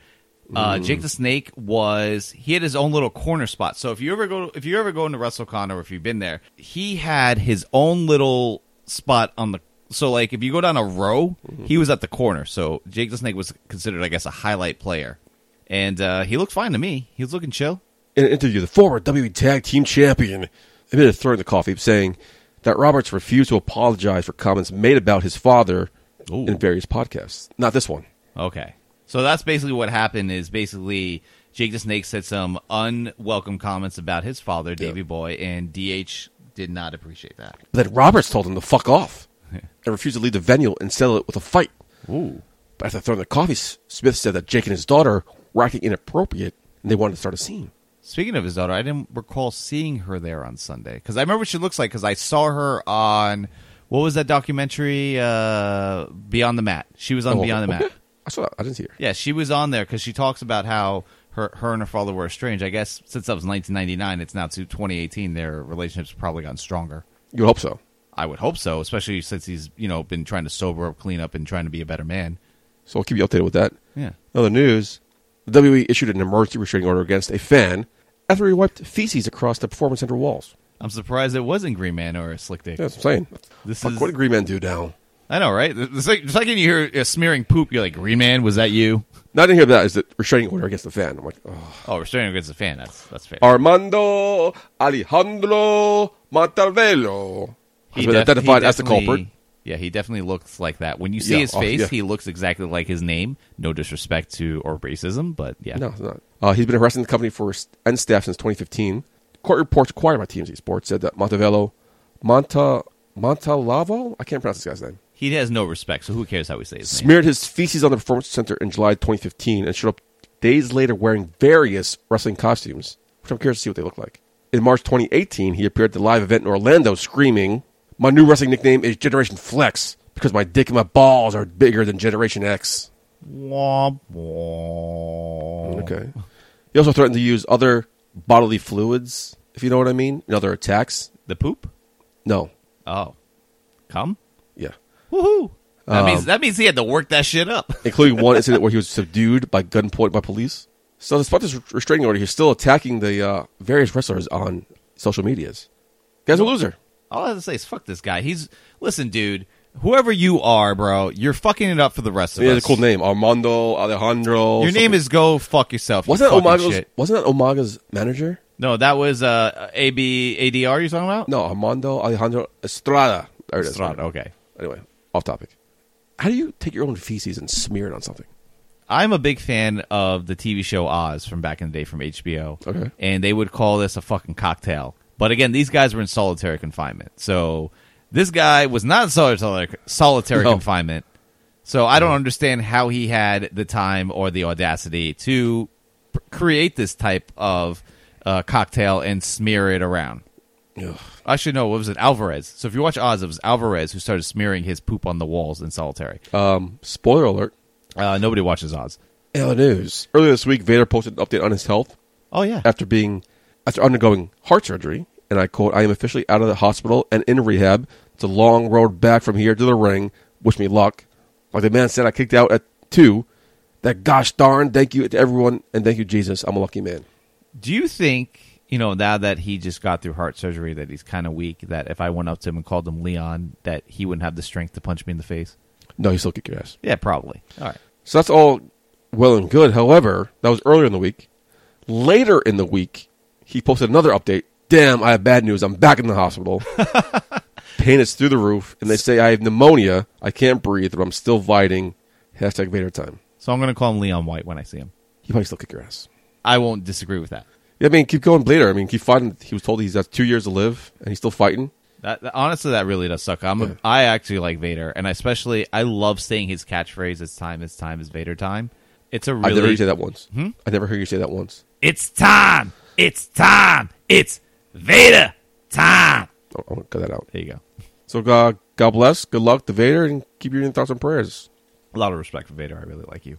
Speaker 3: Uh, Jake the Snake was he had his own little corner spot. So if you ever go if you ever go into WrestleCon or if you've been there, he had his own little spot on the. So like if you go down a row, he was at the corner. So Jake the Snake was considered, I guess, a highlight player, and uh, he looked fine to me. He was looking chill.
Speaker 2: In an interview, the former WWE Tag Team Champion admitted to throwing the coffee, saying that Roberts refused to apologize for comments made about his father
Speaker 3: Ooh.
Speaker 2: in various podcasts. Not this one.
Speaker 3: Okay. So that's basically what happened is basically Jake the Snake said some unwelcome comments about his father, Davy Boy, and DH did not appreciate that.
Speaker 2: But then Roberts told him to fuck off and refused to leave the venue and settle it with a fight.
Speaker 3: Ooh.
Speaker 2: But after throwing the coffee, S- Smith said that Jake and his daughter were acting inappropriate and they wanted to start a scene.
Speaker 3: Speaking of his daughter, I didn't recall seeing her there on Sunday because I remember what she looks like because I saw her on what was that documentary uh, Beyond the Mat. She was on
Speaker 2: Oh,
Speaker 3: Beyond the
Speaker 2: okay.
Speaker 3: Mat.
Speaker 2: I saw that. I didn't see her.
Speaker 3: Yeah, she was on there because she talks about how her her and her father were estranged. I guess since that was 1999, it's now to 2018. Their relationship's probably gotten stronger.
Speaker 2: You would hope so.
Speaker 3: I would hope so, especially since he's you know been trying to sober up, clean up, and trying to be a better man.
Speaker 2: So I'll keep you updated with that.
Speaker 3: Yeah.
Speaker 2: In other news, the WWE issued an emergency restraining order against a fan after he wiped feces across the performance center walls.
Speaker 3: I'm surprised it wasn't Green Man or Slick Dick.
Speaker 2: Yeah, that's what I'm saying.
Speaker 3: This
Speaker 2: Fuck,
Speaker 3: is-
Speaker 2: what did Green Man do now?
Speaker 3: I know, right? The, the sec- the second you hear uh, smearing poop, you're like, Green Man, was that you?
Speaker 2: Now, I didn't hear that. Is the restraining order against the fan? I'm like, oh.
Speaker 3: Oh, restraining against a fan. That's that's fair.
Speaker 2: Armando Alejandro Matarvelo
Speaker 3: He
Speaker 2: has been
Speaker 3: def-
Speaker 2: identified
Speaker 3: he
Speaker 2: as the
Speaker 3: definitely-
Speaker 2: culprit.
Speaker 3: Yeah, he definitely looks like that. When you see
Speaker 2: Yeah,
Speaker 3: his
Speaker 2: oh,
Speaker 3: face,
Speaker 2: yeah.
Speaker 3: he looks exactly like his name. No disrespect to or racism, but yeah.
Speaker 2: No, it's not. Uh, he's been harassing the company for s- and staff since 2015. Court reports acquired by TMZ Sports said that Montevello, Monta, Montalavo, I can't pronounce this guy's name,
Speaker 3: He has no respect, so who cares how we say his name?
Speaker 2: smeared his feces on the performance center in July 2015 and showed up days later wearing various wrestling costumes, which I'm curious to see what they look like. In March 2018, he appeared at the live event in Orlando screaming, My new wrestling nickname is Generation Flex because my dick and my balls are bigger than Generation X.
Speaker 3: Womp, womp.
Speaker 2: Okay. He also threatened to use other bodily fluids, if you know what I mean, in other attacks.
Speaker 3: The poop?
Speaker 2: No.
Speaker 3: Oh. Come?
Speaker 2: Yeah.
Speaker 3: Woohoo! That
Speaker 2: Um,
Speaker 3: means that means he had to work that shit up.
Speaker 2: Including one incident where he was subdued by gunpoint by police. So, despite this restraining order, he's still attacking the uh, various wrestlers on social medias. Guy's a loser.
Speaker 3: All I have to say is fuck this guy. He's listen, dude. Whoever you are, bro, you're fucking it up for the rest of
Speaker 2: He has
Speaker 3: us.
Speaker 2: a cool name Armando Alejandro.
Speaker 3: Your name
Speaker 2: something.
Speaker 3: is go fuck yourself. you
Speaker 2: Wasn't that,
Speaker 3: fucking
Speaker 2: Omaga's,
Speaker 3: shit.
Speaker 2: wasn't that Omaga's manager?
Speaker 3: No, that was uh, A B A D R. You talking about?
Speaker 2: No, Armando Alejandro Estrada. There it is.
Speaker 3: Strada, okay.
Speaker 2: Anyway, off topic. How do you take your own feces and smear it on something?
Speaker 3: I'm a big fan of the TV show Oz from back in the day from HBO.
Speaker 2: Okay.
Speaker 3: And they would call this a fucking cocktail. But again, these guys were in solitary confinement. So this guy was not in solitary, solitary
Speaker 2: No.
Speaker 3: confinement. So I don't understand how he had the time or the audacity to pr- create this type of uh, cocktail and smear it around.
Speaker 2: Ugh.
Speaker 3: Actually, no, what was it? Alvarez. So if you watch Oz, it was Alvarez who started smearing his poop on the walls in solitary.
Speaker 2: Um, spoiler alert.
Speaker 3: Uh, nobody watches Oz.
Speaker 2: In other news, earlier this week, Vader posted an update on his health
Speaker 3: Oh, yeah.
Speaker 2: after being after undergoing heart surgery, and I quote: "I am officially out of the hospital and in rehab. It's a long road back from here to the ring. Wish me luck." Like the man said, I kicked out at two. That gosh darn thank you to everyone, and thank you Jesus. I'm a lucky man.
Speaker 3: Do you think, you know, now that he just got through heart surgery, that he's kind of weak, that if I went up to him and called him Leon, that he wouldn't have the strength to punch me in the face?
Speaker 2: No, he still kicked your ass.
Speaker 3: Yeah, probably. All right.
Speaker 2: So that's all well and good. However, that was earlier in the week. Later in the week, he posted another update. Damn, I have bad news. I'm back in the hospital. Pain is through the roof, and they say I have pneumonia. I can't breathe, but I'm still fighting. Hashtag Vader time.
Speaker 3: So I'm going to call him Leon White when I see him.
Speaker 2: He might still kick your ass.
Speaker 3: I won't disagree with that.
Speaker 2: Yeah, I mean, keep going, Blader. I mean, keep fighting. He was told he's got two years to live, and he's still fighting.
Speaker 3: That, that- honestly, that really does suck. I'm a, I actually like Vader, and I especially I love saying his catchphrase. It's time. It's time. It's Vader time. It's a
Speaker 2: I never heard you
Speaker 3: really.
Speaker 2: say that once. I never heard you say that once.
Speaker 3: It's time. It's time. It's Vader time.
Speaker 2: I want to Oh, cut that out.
Speaker 3: There you go.
Speaker 2: So God, God bless. Good luck to Vader, and keep your thoughts and prayers.
Speaker 3: A lot of respect for Vader. I really like you.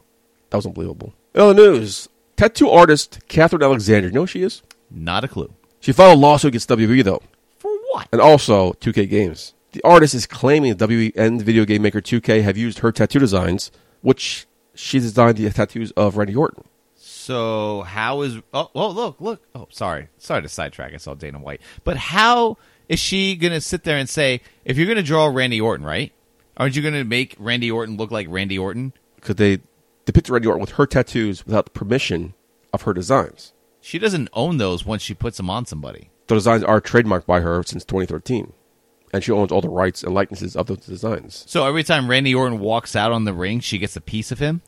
Speaker 2: That was unbelievable. In other news, tattoo artist Catherine Alexander. You know who she is?
Speaker 3: Not a clue.
Speaker 2: She filed a lawsuit against WWE, though,
Speaker 3: For what?
Speaker 2: and also 2K Games. The artist is claiming WWE E and video game maker 2K have used her tattoo designs, which she designed the tattoos of Randy Orton.
Speaker 3: So how is oh oh look look oh sorry sorry to sidetrack I saw Dana White but how is she gonna sit there and say if you're gonna draw Randy Orton right aren't you gonna make Randy Orton look like Randy Orton
Speaker 2: because they depict Randy Orton with her tattoos without the permission of her designs.
Speaker 3: she doesn't own those once she puts them on somebody
Speaker 2: The designs are trademarked by her since 2013, and she owns all the rights and likenesses of those designs.
Speaker 3: so every time Randy Orton walks out on the ring she gets a piece of him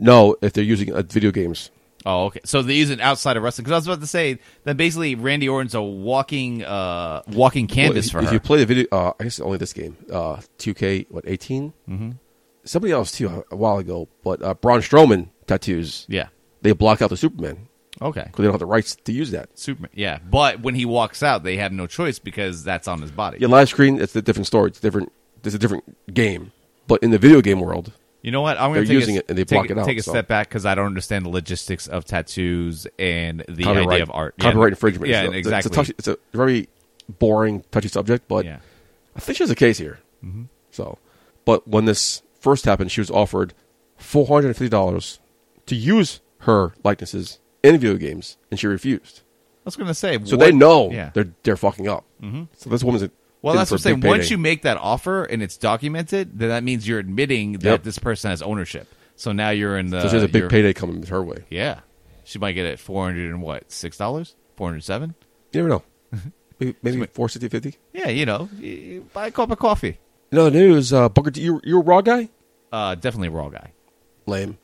Speaker 2: No, if they're using uh, video games,
Speaker 3: oh okay so they use it outside of wrestling because I was about to say that basically Randy Orton's a walking uh walking
Speaker 2: Well,
Speaker 3: canvas
Speaker 2: if,
Speaker 3: for
Speaker 2: if
Speaker 3: her
Speaker 2: you play the video, uh, I guess only this game, uh, 2K, what 18? Mm-hmm. Somebody else too a- a while ago, but uh, Braun Strowman tattoos.
Speaker 3: yeah
Speaker 2: they block out the Superman
Speaker 3: okay
Speaker 2: because they don't have the rights to use that.
Speaker 3: Superman yeah but when he walks out they have no choice because that's on his body
Speaker 2: Yeah, live screen, it's a different story. It's different. It's a different game, but in the video game world,
Speaker 3: You know what? I'm
Speaker 2: They're
Speaker 3: going to take
Speaker 2: using
Speaker 3: a,
Speaker 2: it and they
Speaker 3: take
Speaker 2: block
Speaker 3: a-
Speaker 2: it out,
Speaker 3: Take a
Speaker 2: so.
Speaker 3: step back because I don't understand the logistics of tattoos and the
Speaker 2: copyright,
Speaker 3: idea of art. Yeah.
Speaker 2: copyright infringement.
Speaker 3: Yeah,
Speaker 2: So it's
Speaker 3: and
Speaker 2: a-
Speaker 3: exactly.
Speaker 2: It's a, touchy, it's a very boring, touchy subject, but
Speaker 3: Yeah. Mm-hmm.
Speaker 2: I think she has a case here. So, but when this first happened, she was offered four hundred and fifty dollars to use her likenesses in video games, and she refused.
Speaker 3: I was going to say.
Speaker 2: So
Speaker 3: what-
Speaker 2: they know
Speaker 3: Yeah.
Speaker 2: they're they're fucking up. Mm-hmm. So this woman's a,
Speaker 3: well,
Speaker 2: in
Speaker 3: that's
Speaker 2: for
Speaker 3: what I'm saying.
Speaker 2: a big
Speaker 3: Once
Speaker 2: payday.
Speaker 3: you make that offer and it's documented, then that means you're admitting that
Speaker 2: Yep.
Speaker 3: this person has ownership. So now you're in the.
Speaker 2: so she has a big
Speaker 3: you're-
Speaker 2: payday coming her way.
Speaker 3: Yeah. She might get it 400 and what? $6? 407
Speaker 2: You never
Speaker 3: (laughs)
Speaker 2: know. Maybe, maybe four sixty fifty.
Speaker 3: Yeah, you know, y- y- buy a cup of coffee.
Speaker 2: In other news, uh, Booker T, you you a raw guy?
Speaker 3: Uh, definitely a raw guy.
Speaker 2: Lame.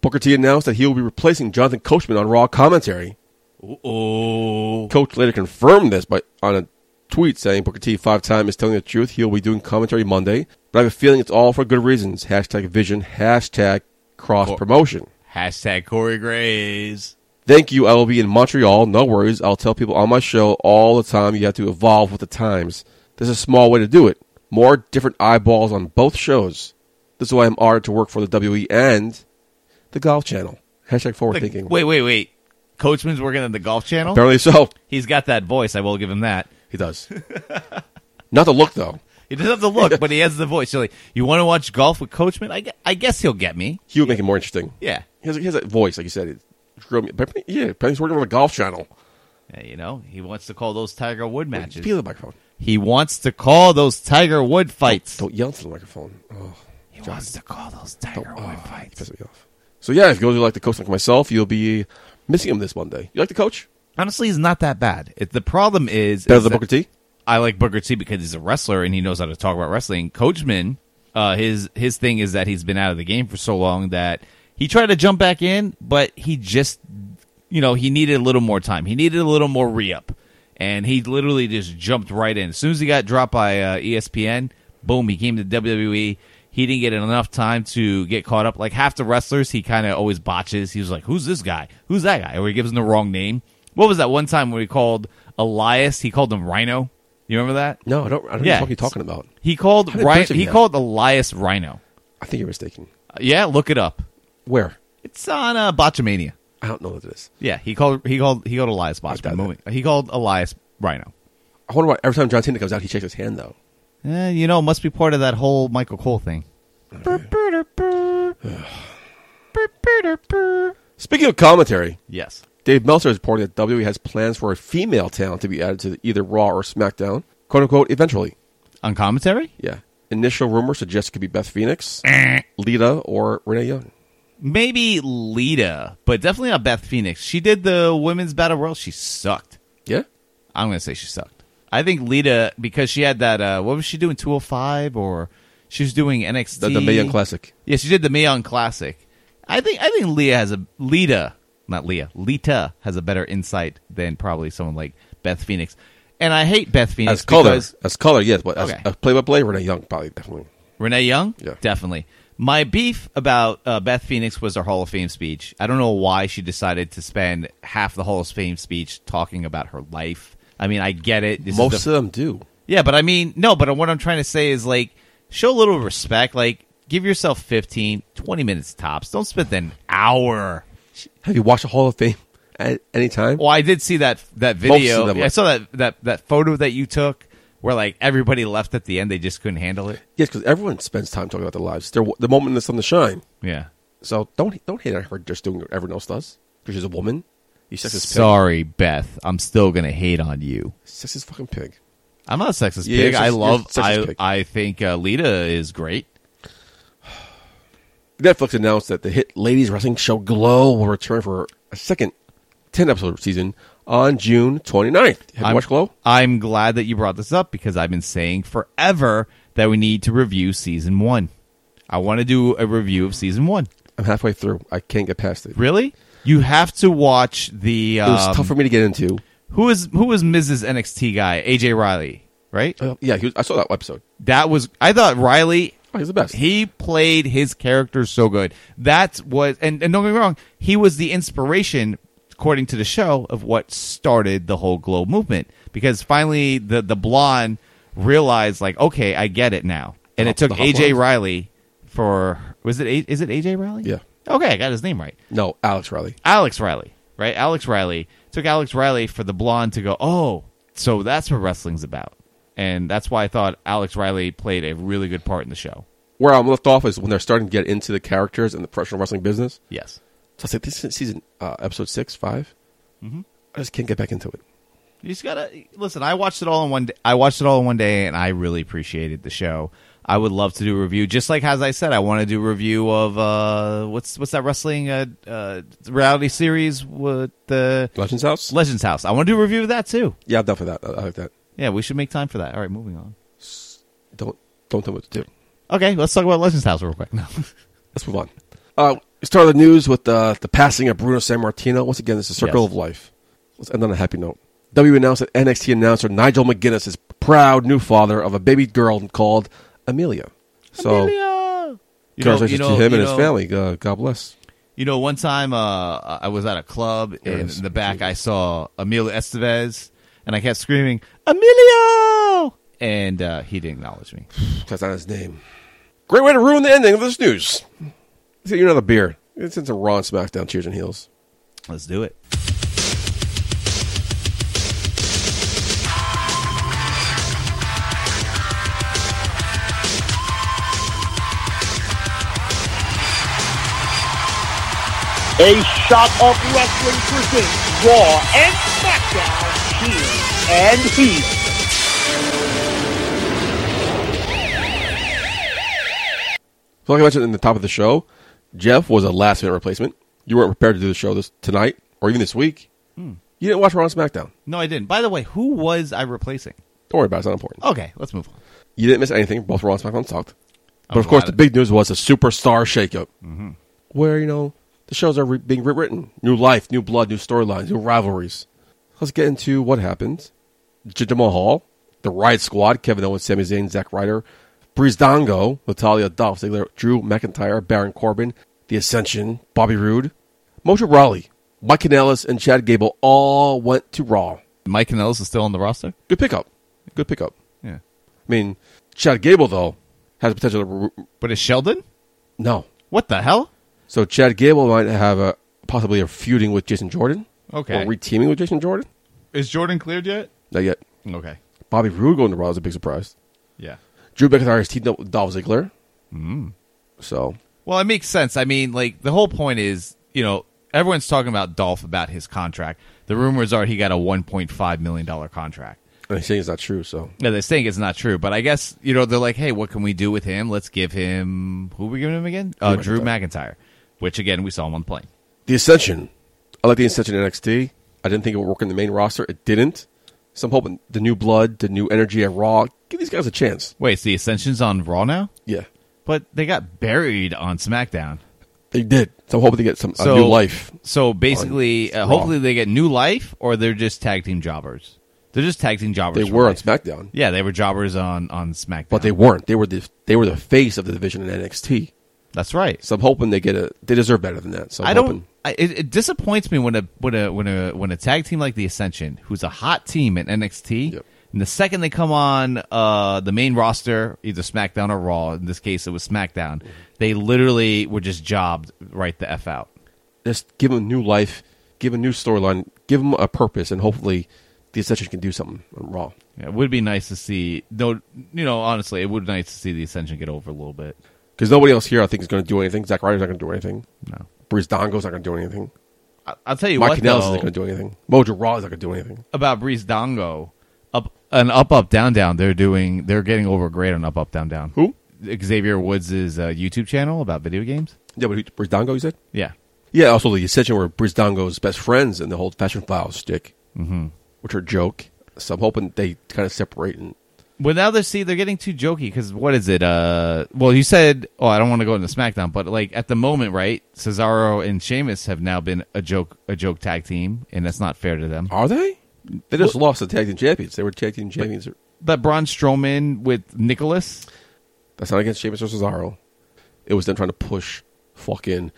Speaker 2: Booker T announced that he will be replacing Jonathan Coachman on Raw commentary.
Speaker 3: Oh.
Speaker 2: Coach later confirmed this by on a tweet saying Booker T five time is telling the truth. He'll be doing commentary Monday, but I have a feeling it's all for good reasons. Hashtag vision. Hashtag cross promotion.
Speaker 3: Hashtag Corey Graves.
Speaker 2: Thank you. I will be in Montreal. No worries. I'll tell people on my show all the time you have to evolve with the times. There's a small way to do it. More different eyeballs on both shows. This is why I'm honored to work for the WE and the Golf Channel. Hashtag forward
Speaker 3: Like,
Speaker 2: thinking.
Speaker 3: Wait, wait, wait. Coachman's working on the golf channel.
Speaker 2: Apparently so.
Speaker 3: He's got that voice. I will give him that.
Speaker 2: Oh. (laughs) He does. (laughs) Not the look, though.
Speaker 3: He doesn't have the look, but he has the voice. You're like, you want to watch golf with Coachman? I, gue- I guess he'll get me.
Speaker 2: He would make it more interesting.
Speaker 3: Yeah.
Speaker 2: He has, he has that voice, like you said. It drew me- but, yeah, apparently he's working on the Golf Channel.
Speaker 3: Yeah, Uh, you know, he wants to call those Tiger Wood matches.
Speaker 2: Be on the microphone.
Speaker 3: He wants to call those Tiger Wood fights.
Speaker 2: Don't yell into the microphone. Oh.
Speaker 3: he wants to call those Tiger
Speaker 2: Oh,
Speaker 3: Wood
Speaker 2: it
Speaker 3: fights.
Speaker 2: pisses me off. So yeah, if you guys would like to coach like myself, you'll be missing him this Monday. You like the coach?
Speaker 3: Honestly, he's not that bad. It, the problem is,
Speaker 2: Better
Speaker 3: is
Speaker 2: than
Speaker 3: that-
Speaker 2: Booker T.
Speaker 3: I like Booker T because he's a wrestler and he knows how to talk about wrestling. Coachman, uh, his his thing is that he's been out of the game for so long that he tried to jump back in, but he just, you know, he needed a little more time. He needed a little more re up, and he literally just jumped right in. As soon as he got dropped by uh, ESPN, boom, he came to WWE. He didn't get enough time to get caught up. Like half the wrestlers, he kind of always botches. He was like, "Who's this guy? Who's that guy?" Or he gives him the wrong name. What was that one time when we called Elias? He called him Rhino. You remember that?
Speaker 2: No, I don't. I don't know
Speaker 3: Yeah.
Speaker 2: what you're talking about.
Speaker 3: He called
Speaker 2: did
Speaker 3: Rhino.
Speaker 2: Benson
Speaker 3: He
Speaker 2: know?
Speaker 3: called Elias Rhino.
Speaker 2: I think you're mistaken.
Speaker 3: Uh, Yeah, look it up.
Speaker 2: Where?
Speaker 3: It's on uh, Botchamania.
Speaker 2: I don't know what it is.
Speaker 3: Yeah, he called. He called. He called Elias
Speaker 2: doubt
Speaker 3: Botchamania. He called Elias Rhino.
Speaker 2: I wonder why every time John Cena comes out, he shakes his hand though.
Speaker 3: Eh, you know, it must be part of that whole Michael Cole thing.
Speaker 2: Speaking of commentary,
Speaker 3: (sighs) Yes.
Speaker 2: Dave Meltzer is reporting that WWE has plans for a female talent to be added to either Raw or SmackDown, quote unquote, eventually.
Speaker 3: On commentary?
Speaker 2: Yeah. Initial rumor suggests it could be Beth Phoenix,
Speaker 3: Eh.
Speaker 2: Lita, or Renee Young.
Speaker 3: Maybe Lita, but definitely not Beth Phoenix. She did the women's battle royal. She sucked.
Speaker 2: Yeah.
Speaker 3: I'm gonna say she sucked. I think Lita because she had that. Uh, what was she doing? 205 or she was doing NXT?
Speaker 2: The, the Mae Young Classic.
Speaker 3: Yeah, she did the Mayon Classic. I think I think Leah has a Lita, not Leah. Lita has a better insight than probably someone like Beth Phoenix. And I hate Beth Phoenix
Speaker 2: As color,
Speaker 3: because
Speaker 2: as color, yes, but as
Speaker 3: Okay.
Speaker 2: as play by play, Renee Young probably definitely.
Speaker 3: Renee Young,
Speaker 2: Yeah.
Speaker 3: definitely. My beef about uh, Beth Phoenix was her Hall of Fame speech. I don't know why she decided to spend half the Hall of Fame speech talking about her life. I mean, I get it. This is
Speaker 2: Most
Speaker 3: the-
Speaker 2: of them do.
Speaker 3: Yeah, but I mean, no, but what I'm trying to say is like show a little respect, like give yourself 15, 20 minutes tops. Don't spend an hour.
Speaker 2: Have you watched the Hall of Fame (laughs) at any time?
Speaker 3: Well, I did see that that
Speaker 2: Most
Speaker 3: video.
Speaker 2: of them
Speaker 3: Yeah,
Speaker 2: were.
Speaker 3: I saw that that that photo that you took where like everybody left at the end, they just couldn't handle it.
Speaker 2: Yes, because everyone spends time talking about their lives. They're the moment in the sun to shine.
Speaker 3: Yeah.
Speaker 2: So don't don't hate her just doing what everyone else does. because she's a woman. You sexist
Speaker 3: Sorry, Beth. I'm still gonna hate on you.
Speaker 2: pig. Sexist fucking pig.
Speaker 3: I'm not a sexist
Speaker 2: Yeah,
Speaker 3: pig.
Speaker 2: you're
Speaker 3: I
Speaker 2: sex-
Speaker 3: love.
Speaker 2: you're a sexist
Speaker 3: I
Speaker 2: pig.
Speaker 3: I think uh, Lita is great.
Speaker 2: Netflix announced that the hit ladies wrestling show Glow will return for a second 10 episode season on June 29th. Have you
Speaker 3: I'm-
Speaker 2: watched Glow?
Speaker 3: I'm glad that you brought this up because I've been saying forever that we need to review season one. I want to do a review of season one.
Speaker 2: I'm halfway through. I can't get past it.
Speaker 3: Really? You have to watch the.
Speaker 2: It was
Speaker 3: Um,
Speaker 2: tough for me to get into.
Speaker 3: who is who is Mrs. NXT guy? AJ Riley, right?
Speaker 2: Uh, yeah, he was, I saw that episode.
Speaker 3: That was I thought Riley.
Speaker 2: Oh, he's the best.
Speaker 3: He played his character so good. That was and, and don't get me wrong, he was the inspiration, according to the show, of what started the whole globe movement. Because finally the the blonde realized like, okay, I get it now. And it
Speaker 2: The
Speaker 3: took
Speaker 2: hot- the hot
Speaker 3: AJ
Speaker 2: blonde?
Speaker 3: Riley for was it A- is it AJ Riley?
Speaker 2: Yeah.
Speaker 3: Okay, I got his name right.
Speaker 2: No, Alex Riley.
Speaker 3: Alex Riley, right? Alex Riley took Alex Riley for the blonde to go, oh, so that's what wrestling's about. And that's why I thought Alex Riley played a really good part in the show.
Speaker 2: Where I'm left off is when they're starting to get into the characters and the professional wrestling business.
Speaker 3: Yes.
Speaker 2: So I was like, this is season uh, episode six, 5
Speaker 3: Mm-hmm.
Speaker 2: I just can't get back into it.
Speaker 3: You just gotta listen. I watched it all in one. Day, I watched it all in one day, and I really appreciated the show. I would love to do a review, just like as I said, I want to do a review of uh, what's what's that wrestling uh, uh, reality series with the
Speaker 2: Legends House?
Speaker 3: Legends House. I want to do a review of that too.
Speaker 2: yeah, I'm down for that. I, I like that.
Speaker 3: Yeah, we should make time for that. All right, moving on.
Speaker 2: Don't don't tell me what to do.
Speaker 3: Okay, let's talk about Legends House real quick. (laughs) No.
Speaker 2: Let's move on. Uh, we started the news with uh, the passing of Bruno San Martino. Once again, this is a circle
Speaker 3: Yes.
Speaker 2: of life. Let's end on a happy note. W announced that NXT announcer Nigel McGuinness is proud new father of a baby girl called Amelia. So,
Speaker 3: You know-
Speaker 2: congratulations
Speaker 3: you know-
Speaker 2: to him
Speaker 3: you
Speaker 2: and his
Speaker 3: know-
Speaker 2: family. Uh, God bless.
Speaker 3: You know, one time uh, I was at a club,
Speaker 2: it
Speaker 3: and
Speaker 2: is.
Speaker 3: in the back I saw Emilio Estevez, and I kept screaming, Emilio! And uh, he didn't acknowledge (sighs) me.
Speaker 2: That's not his name. Great way to ruin the ending of this news. See, You're not a beer. It's into Raw and SmackDown. Cheers and heels.
Speaker 3: Let's do it.
Speaker 4: A Shot of Wrestling presents Raw and SmackDown Heat and Heat.
Speaker 2: So, like I mentioned in the top of the show, Jeff was a last minute replacement. You weren't prepared to do the show this tonight or even this week. You didn't watch Raw and SmackDown.
Speaker 3: No, I didn't. By the way, who was I replacing?
Speaker 2: Don't worry about it. It's not important.
Speaker 3: Okay, let's move on.
Speaker 2: You didn't miss anything. Both Raw and SmackDown sucked. But
Speaker 3: I'm
Speaker 2: of course,
Speaker 3: glad
Speaker 2: the
Speaker 3: it-
Speaker 2: big news was a superstar shakeup, mm-hmm. where you know the shows are re- being rewritten, new life, new blood, new storylines, new rivalries. Let's get into what happened. J- Jamal Hall, the Riot Squad, Kevin Owens, Sami Zayn, Zack Ryder, Breeze Dongo, Natalia, Dolph Ziggler, Drew McIntyre, Baron Corbin, The Ascension, Bobby Roode, Mojo Rawley, Mike Kanellis, and Chad Gable all went to Raw.
Speaker 3: Mike Canellis is still on the roster?
Speaker 2: Good pickup. Good pickup.
Speaker 3: Yeah.
Speaker 2: I mean, Chad Gable though has potential to r-
Speaker 3: But is Sheldon?
Speaker 2: no.
Speaker 3: What the hell?
Speaker 2: So Chad Gable might have a possibly a feuding with Jason Jordan.
Speaker 3: Okay.
Speaker 2: Or reteaming with Jason Jordan.
Speaker 3: Is Jordan cleared yet?
Speaker 2: Not yet.
Speaker 3: Okay.
Speaker 2: Bobby Roode going to Raw is a big surprise.
Speaker 3: Yeah.
Speaker 2: Drew McIntyre is teamed up with Dolph Ziggler. Mm. So
Speaker 3: Well, it makes sense. I mean, like the whole point is, you know, everyone's talking about Dolph about his contract. The rumors are he got a 1.5 million dollar contract.
Speaker 2: and he's saying it's not true. So
Speaker 3: Now they're saying it's not true, but I guess you know they're like, hey, what can we do with him? Let's give him who are we giving him again? Uh, Drew McIntyre, which again we saw him on the plane.
Speaker 2: the Ascension. I like the Ascension in NXT. I didn't think it would work in the main roster. It didn't. So I'm hoping the new blood, the new energy at Raw, give these guys a chance.
Speaker 3: Wait, so the Ascension's on Raw now,
Speaker 2: Yeah,
Speaker 3: but they got buried on SmackDown.
Speaker 2: they did. So I'm hoping they get some
Speaker 3: So
Speaker 2: a new life.
Speaker 3: So basically,
Speaker 2: on
Speaker 3: uh,
Speaker 2: Raw.
Speaker 3: hopefully they get new life, or they're just tag team jobbers. They're just tag team jobbers.
Speaker 2: They
Speaker 3: for
Speaker 2: were on
Speaker 3: life.
Speaker 2: SmackDown,
Speaker 3: Yeah, they were jobbers on on SmackDown.
Speaker 2: but they weren't. They were the they were the face of the division in NXT.
Speaker 3: that's right.
Speaker 2: So I'm hoping they get a. They deserve better than that. So I'm
Speaker 3: I
Speaker 2: hoping-
Speaker 3: don't. I, it, it disappoints me when a when a when a when a tag team like the Ascension, who's a hot team at NXT,
Speaker 2: Yep.
Speaker 3: and the second they come on uh, the main roster, either SmackDown or Raw. In this case, it was SmackDown. They literally were just jobbed right the f out.
Speaker 2: just give them new life, give them new storyline, give them a purpose, and hopefully the Ascension can do something on Raw.
Speaker 3: Yeah, it would be nice to see. No, you know, honestly, it would be nice to see the Ascension get over a little bit.
Speaker 2: Because nobody else here, I think, is going to do anything. Zack Ryder's not going to do anything.
Speaker 3: No.
Speaker 2: Bruce Dongo's not going to do anything.
Speaker 3: I- I'll tell you
Speaker 2: Mike
Speaker 3: what,
Speaker 2: Kanellis isn't
Speaker 3: though,
Speaker 2: going to do anything. Mojo Rawley's not going to do anything.
Speaker 3: about Breeze Dongo, up an up up down down. They're doing they're getting over great on up up down down.
Speaker 2: Who?
Speaker 3: Xavier Woods' uh, YouTube channel about video games.
Speaker 2: Yeah, but who- Brizdango, you said?
Speaker 3: Yeah,
Speaker 2: Yeah, also the ascension were Brizdango's best friends and the whole Fashion Files stick, mm-hmm. which are a joke. So I'm hoping they kind of separate. And
Speaker 3: Well, now they're see they're getting too jokey because what is it? Uh, well, you said, oh, I don't want to go into SmackDown, but like at the moment, right? Cesaro and Sheamus have now been a joke, a joke tag team, and that's not fair to them.
Speaker 2: Are they? They just lost the tag team champions. They were tag team champions.
Speaker 3: But Braun Strowman with Nicholas,
Speaker 2: That's not against Sheamus or Cesaro. It was them trying to push fucking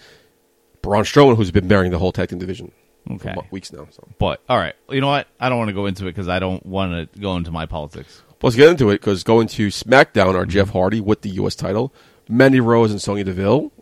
Speaker 2: Braun Strowman, who's been burying the whole tag team division
Speaker 3: Okay.
Speaker 2: for mo- weeks now. So
Speaker 3: but all right, you know what? I don't want to go into it because I don't want to go into my politics.
Speaker 2: let's get into it because going to SmackDown are Jeff Hardy with the U.S. title, Mandy Rose and Sonya Deville,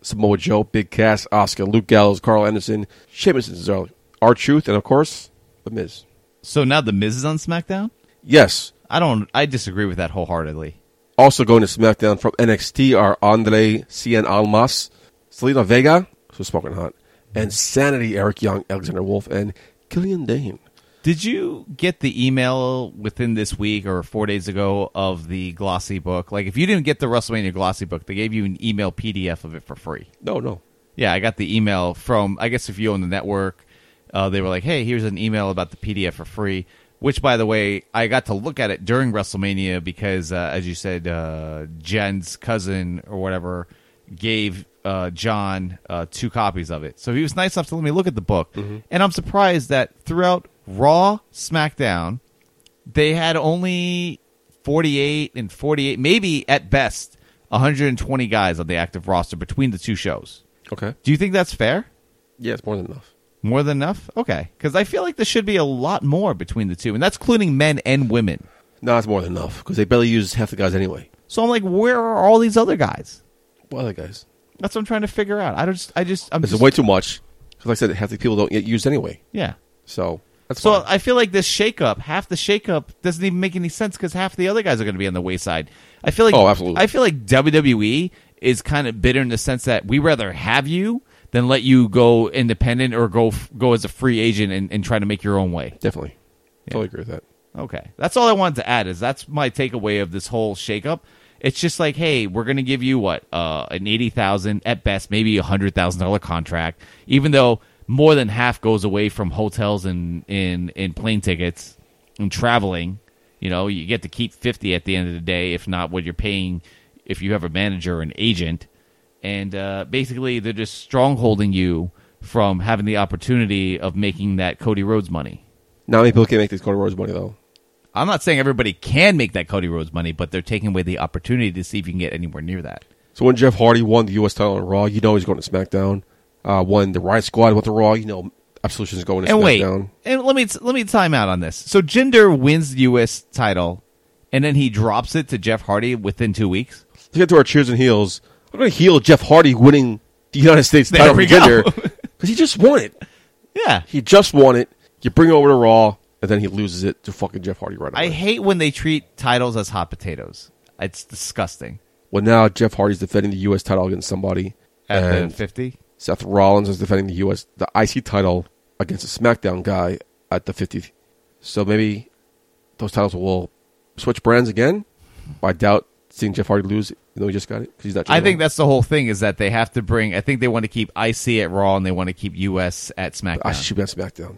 Speaker 2: Samoa Joe, Big Cass, Oscar, Luke Gallows, Carl Anderson, Sheamus and Cesaro, R Truth, and of course The Miz.
Speaker 3: So now the Miz is on SmackDown.
Speaker 2: Yes.
Speaker 3: I don't. I disagree with that wholeheartedly.
Speaker 2: Also going to SmackDown from NXT are Andre Cien Almas, Selena Vega, who's smoking hot, and Sanity Eric Young, Alexander Wolf, and Killian Dane.
Speaker 3: Did you get the email within this week or four days ago of the glossy book? Like, if you didn't get the WrestleMania glossy book, they gave you an email PDF of it for free.
Speaker 2: No, no.
Speaker 3: Yeah, I got the email from, I guess if you own the network, uh, they were like, hey, here's an email about the PDF for free. Which, by the way, I got to look at it during WrestleMania because, uh, as you said, uh, Jen's cousin or whatever gave uh, John uh, two copies of it. So he was nice enough to let me look at the book. And I'm surprised that throughout Raw, SmackDown, they had only 48 and 48, maybe at best 120 guys on the active roster between the two shows.
Speaker 2: Okay.
Speaker 3: Do you think that's fair?
Speaker 2: Yeah, it's more than enough.
Speaker 3: More than enough? Okay. Because I feel like there should be a lot more between the two, and that's including men and women.
Speaker 2: No, it's more than enough because they barely use half the guys anyway.
Speaker 3: So I'm like, where are all these other guys?
Speaker 2: What other guys?
Speaker 3: That's what I'm trying to figure out. I don't just, I just, I'm
Speaker 2: This is
Speaker 3: just,
Speaker 2: way too much because, like I said, half the people don't get used anyway.
Speaker 3: yeah.
Speaker 2: So that's
Speaker 3: So
Speaker 2: fine.
Speaker 3: I feel like this shakeup, half the shakeup doesn't even make any sense because half the other guys are going to be on the wayside. I feel like,
Speaker 2: Oh, absolutely.
Speaker 3: I feel like WWE is kind of bitter in the sense that we rather have you than let you go independent or go f- go as a free agent and, and try to make your own way.
Speaker 2: Definitely. Totally agree with that.
Speaker 3: Okay. That's all I wanted to add is that's my takeaway of this whole shakeup. It's just like, hey, we're going to give you what uh, an eighty thousand at best, maybe a hundred thousand dollar contract, even though more than half goes away from hotels and in in plane tickets and traveling. You know, you get to keep fifty at the end of the day, if not what you're paying if you have a manager or an agent and uh, basically they're just strongholding you from having the opportunity of making that Cody Rhodes money.
Speaker 2: Not many people can make this Cody Rhodes money, though.
Speaker 3: I'm not saying everybody can make that Cody Rhodes money, but they're taking away the opportunity to see if you can get anywhere near that.
Speaker 2: So when Jeff Hardy won the U.S. title on Raw, you know he's going to SmackDown. Uh, when the Riot Squad went to Raw, you know Absolution's going to
Speaker 3: And wait,
Speaker 2: SmackDown.
Speaker 3: and let me let me time out on this. So Jinder wins the U.S. title, and then he drops it to Jeff Hardy within two weeks.
Speaker 2: Let's get to our cheers and heels. I'm going to heel Jeff Hardy winning the United States
Speaker 3: There
Speaker 2: title
Speaker 3: we
Speaker 2: from
Speaker 3: go. (laughs)
Speaker 2: because he just won it.
Speaker 3: Yeah,
Speaker 2: He just won it. You bring it over to Raw, and then he loses it to fucking Jeff Hardy right away.
Speaker 3: I hate when they treat titles as hot potatoes. It's disgusting.
Speaker 2: Well, now Jeff Hardy's defending the U.S. title against somebody,
Speaker 3: At
Speaker 2: and
Speaker 3: the fifty,
Speaker 2: Seth Rollins is defending the U.S. the IC title against a SmackDown guy at the 50th. So maybe those titles will switch brands again. I doubt seeing Jeff Hardy lose. You know, he just got it 'cause he's not.
Speaker 3: I think
Speaker 2: that
Speaker 3: that's the whole thing. Is that they have to bring? I think they want to keep IC at Raw and they want to keep US at SmackDown.
Speaker 2: I Ah, should be on SmackDown.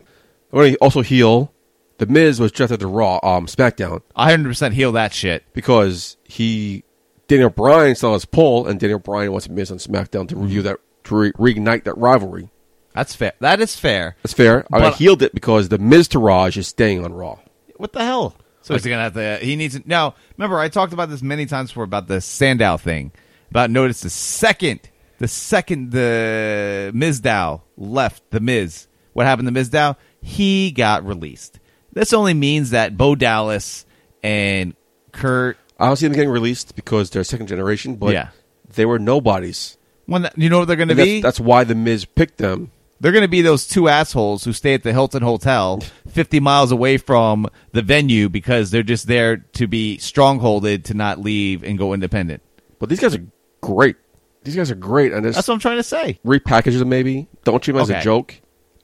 Speaker 2: I'm going to also heel. The Miz was drafted to Raw, um, SmackDown
Speaker 3: I hundred percent heal that shit.
Speaker 2: because he Daniel Bryan saw his pull, and Daniel Bryan wants Miz on SmackDown to review that to re- reignite that rivalry.
Speaker 3: That's fair. That is fair.
Speaker 2: That's fair. I
Speaker 3: But-
Speaker 2: healed it because the Miz Taraj is staying on Raw.
Speaker 3: What the hell? So he's gonna have to. He needs to now. Remember, I talked about this many times before about the Sandow thing. About notice the second, the second the Miz Dow left the Miz. What happened to Miz Dow? He got released. This only means that Bo Dallas and Kurt.
Speaker 2: I don't see them getting released because they're second generation, but
Speaker 3: Yeah.
Speaker 2: they were nobodies.
Speaker 3: When the- you know what they're gonna
Speaker 2: And that's,
Speaker 3: be?
Speaker 2: that's why the Miz picked them.
Speaker 3: They're going to be those two assholes who stay at the Hilton Hotel 50 miles away from the venue because they're just there to be strongholded to not leave and go independent.
Speaker 2: But these guys are great. These guys are great, and just
Speaker 3: That's what I'm trying to say.
Speaker 2: repackage them maybe. Don't treat them as
Speaker 3: Okay.
Speaker 2: a joke.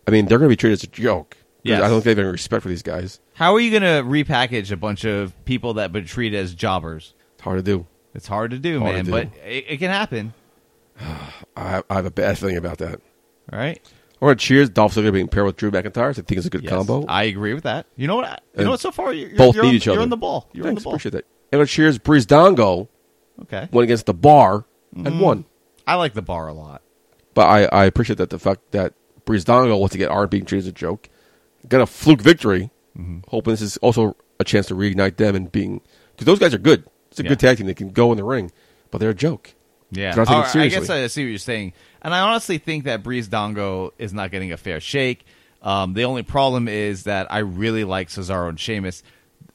Speaker 2: I mean, they're going to be treated as a joke. 'Cause
Speaker 3: Yes.
Speaker 2: I don't think they have any respect for these guys.
Speaker 3: How are you going to repackage a bunch of people that been treated as jobbers?
Speaker 2: It's hard to do.
Speaker 3: It's hard to do,
Speaker 2: Hard to
Speaker 3: man,
Speaker 2: do.
Speaker 3: but it, it can happen,
Speaker 2: I, I have a bad feeling about that.
Speaker 3: right?
Speaker 2: All right, cheers. Dolph Ziggler being paired with Drew McIntyre. I think it's a good
Speaker 3: Yes,
Speaker 2: combo.
Speaker 3: I agree with that. You know what? I- You
Speaker 2: And
Speaker 3: know what? So far, you're,
Speaker 2: Both
Speaker 3: you're,
Speaker 2: need
Speaker 3: on,
Speaker 2: each other.
Speaker 3: you're on the ball. You're
Speaker 2: Thanks,
Speaker 3: on the
Speaker 2: appreciate that. And cheers. Breeze Dongo
Speaker 3: ball. Okay.
Speaker 2: went against the bar
Speaker 3: Mm-hmm.
Speaker 2: and won.
Speaker 3: I like the bar a lot.
Speaker 2: But I, I appreciate that the fact that Breeze Dongo wants to get aren't being treated as a joke. Got a fluke victory.
Speaker 3: Mm-hmm.
Speaker 2: Hoping this is also a chance to reignite them and being because those guys are good. It's a
Speaker 3: Yeah.
Speaker 2: good tag team. They can go in the ring, but they're a joke.
Speaker 3: Yeah.
Speaker 2: They're not taken
Speaker 3: All right, I
Speaker 2: seriously.
Speaker 3: guess I see what you're saying. And I honestly think that Breeze Dongo is not getting a fair shake. Um, the only problem is that I really like Cesaro and Sheamus.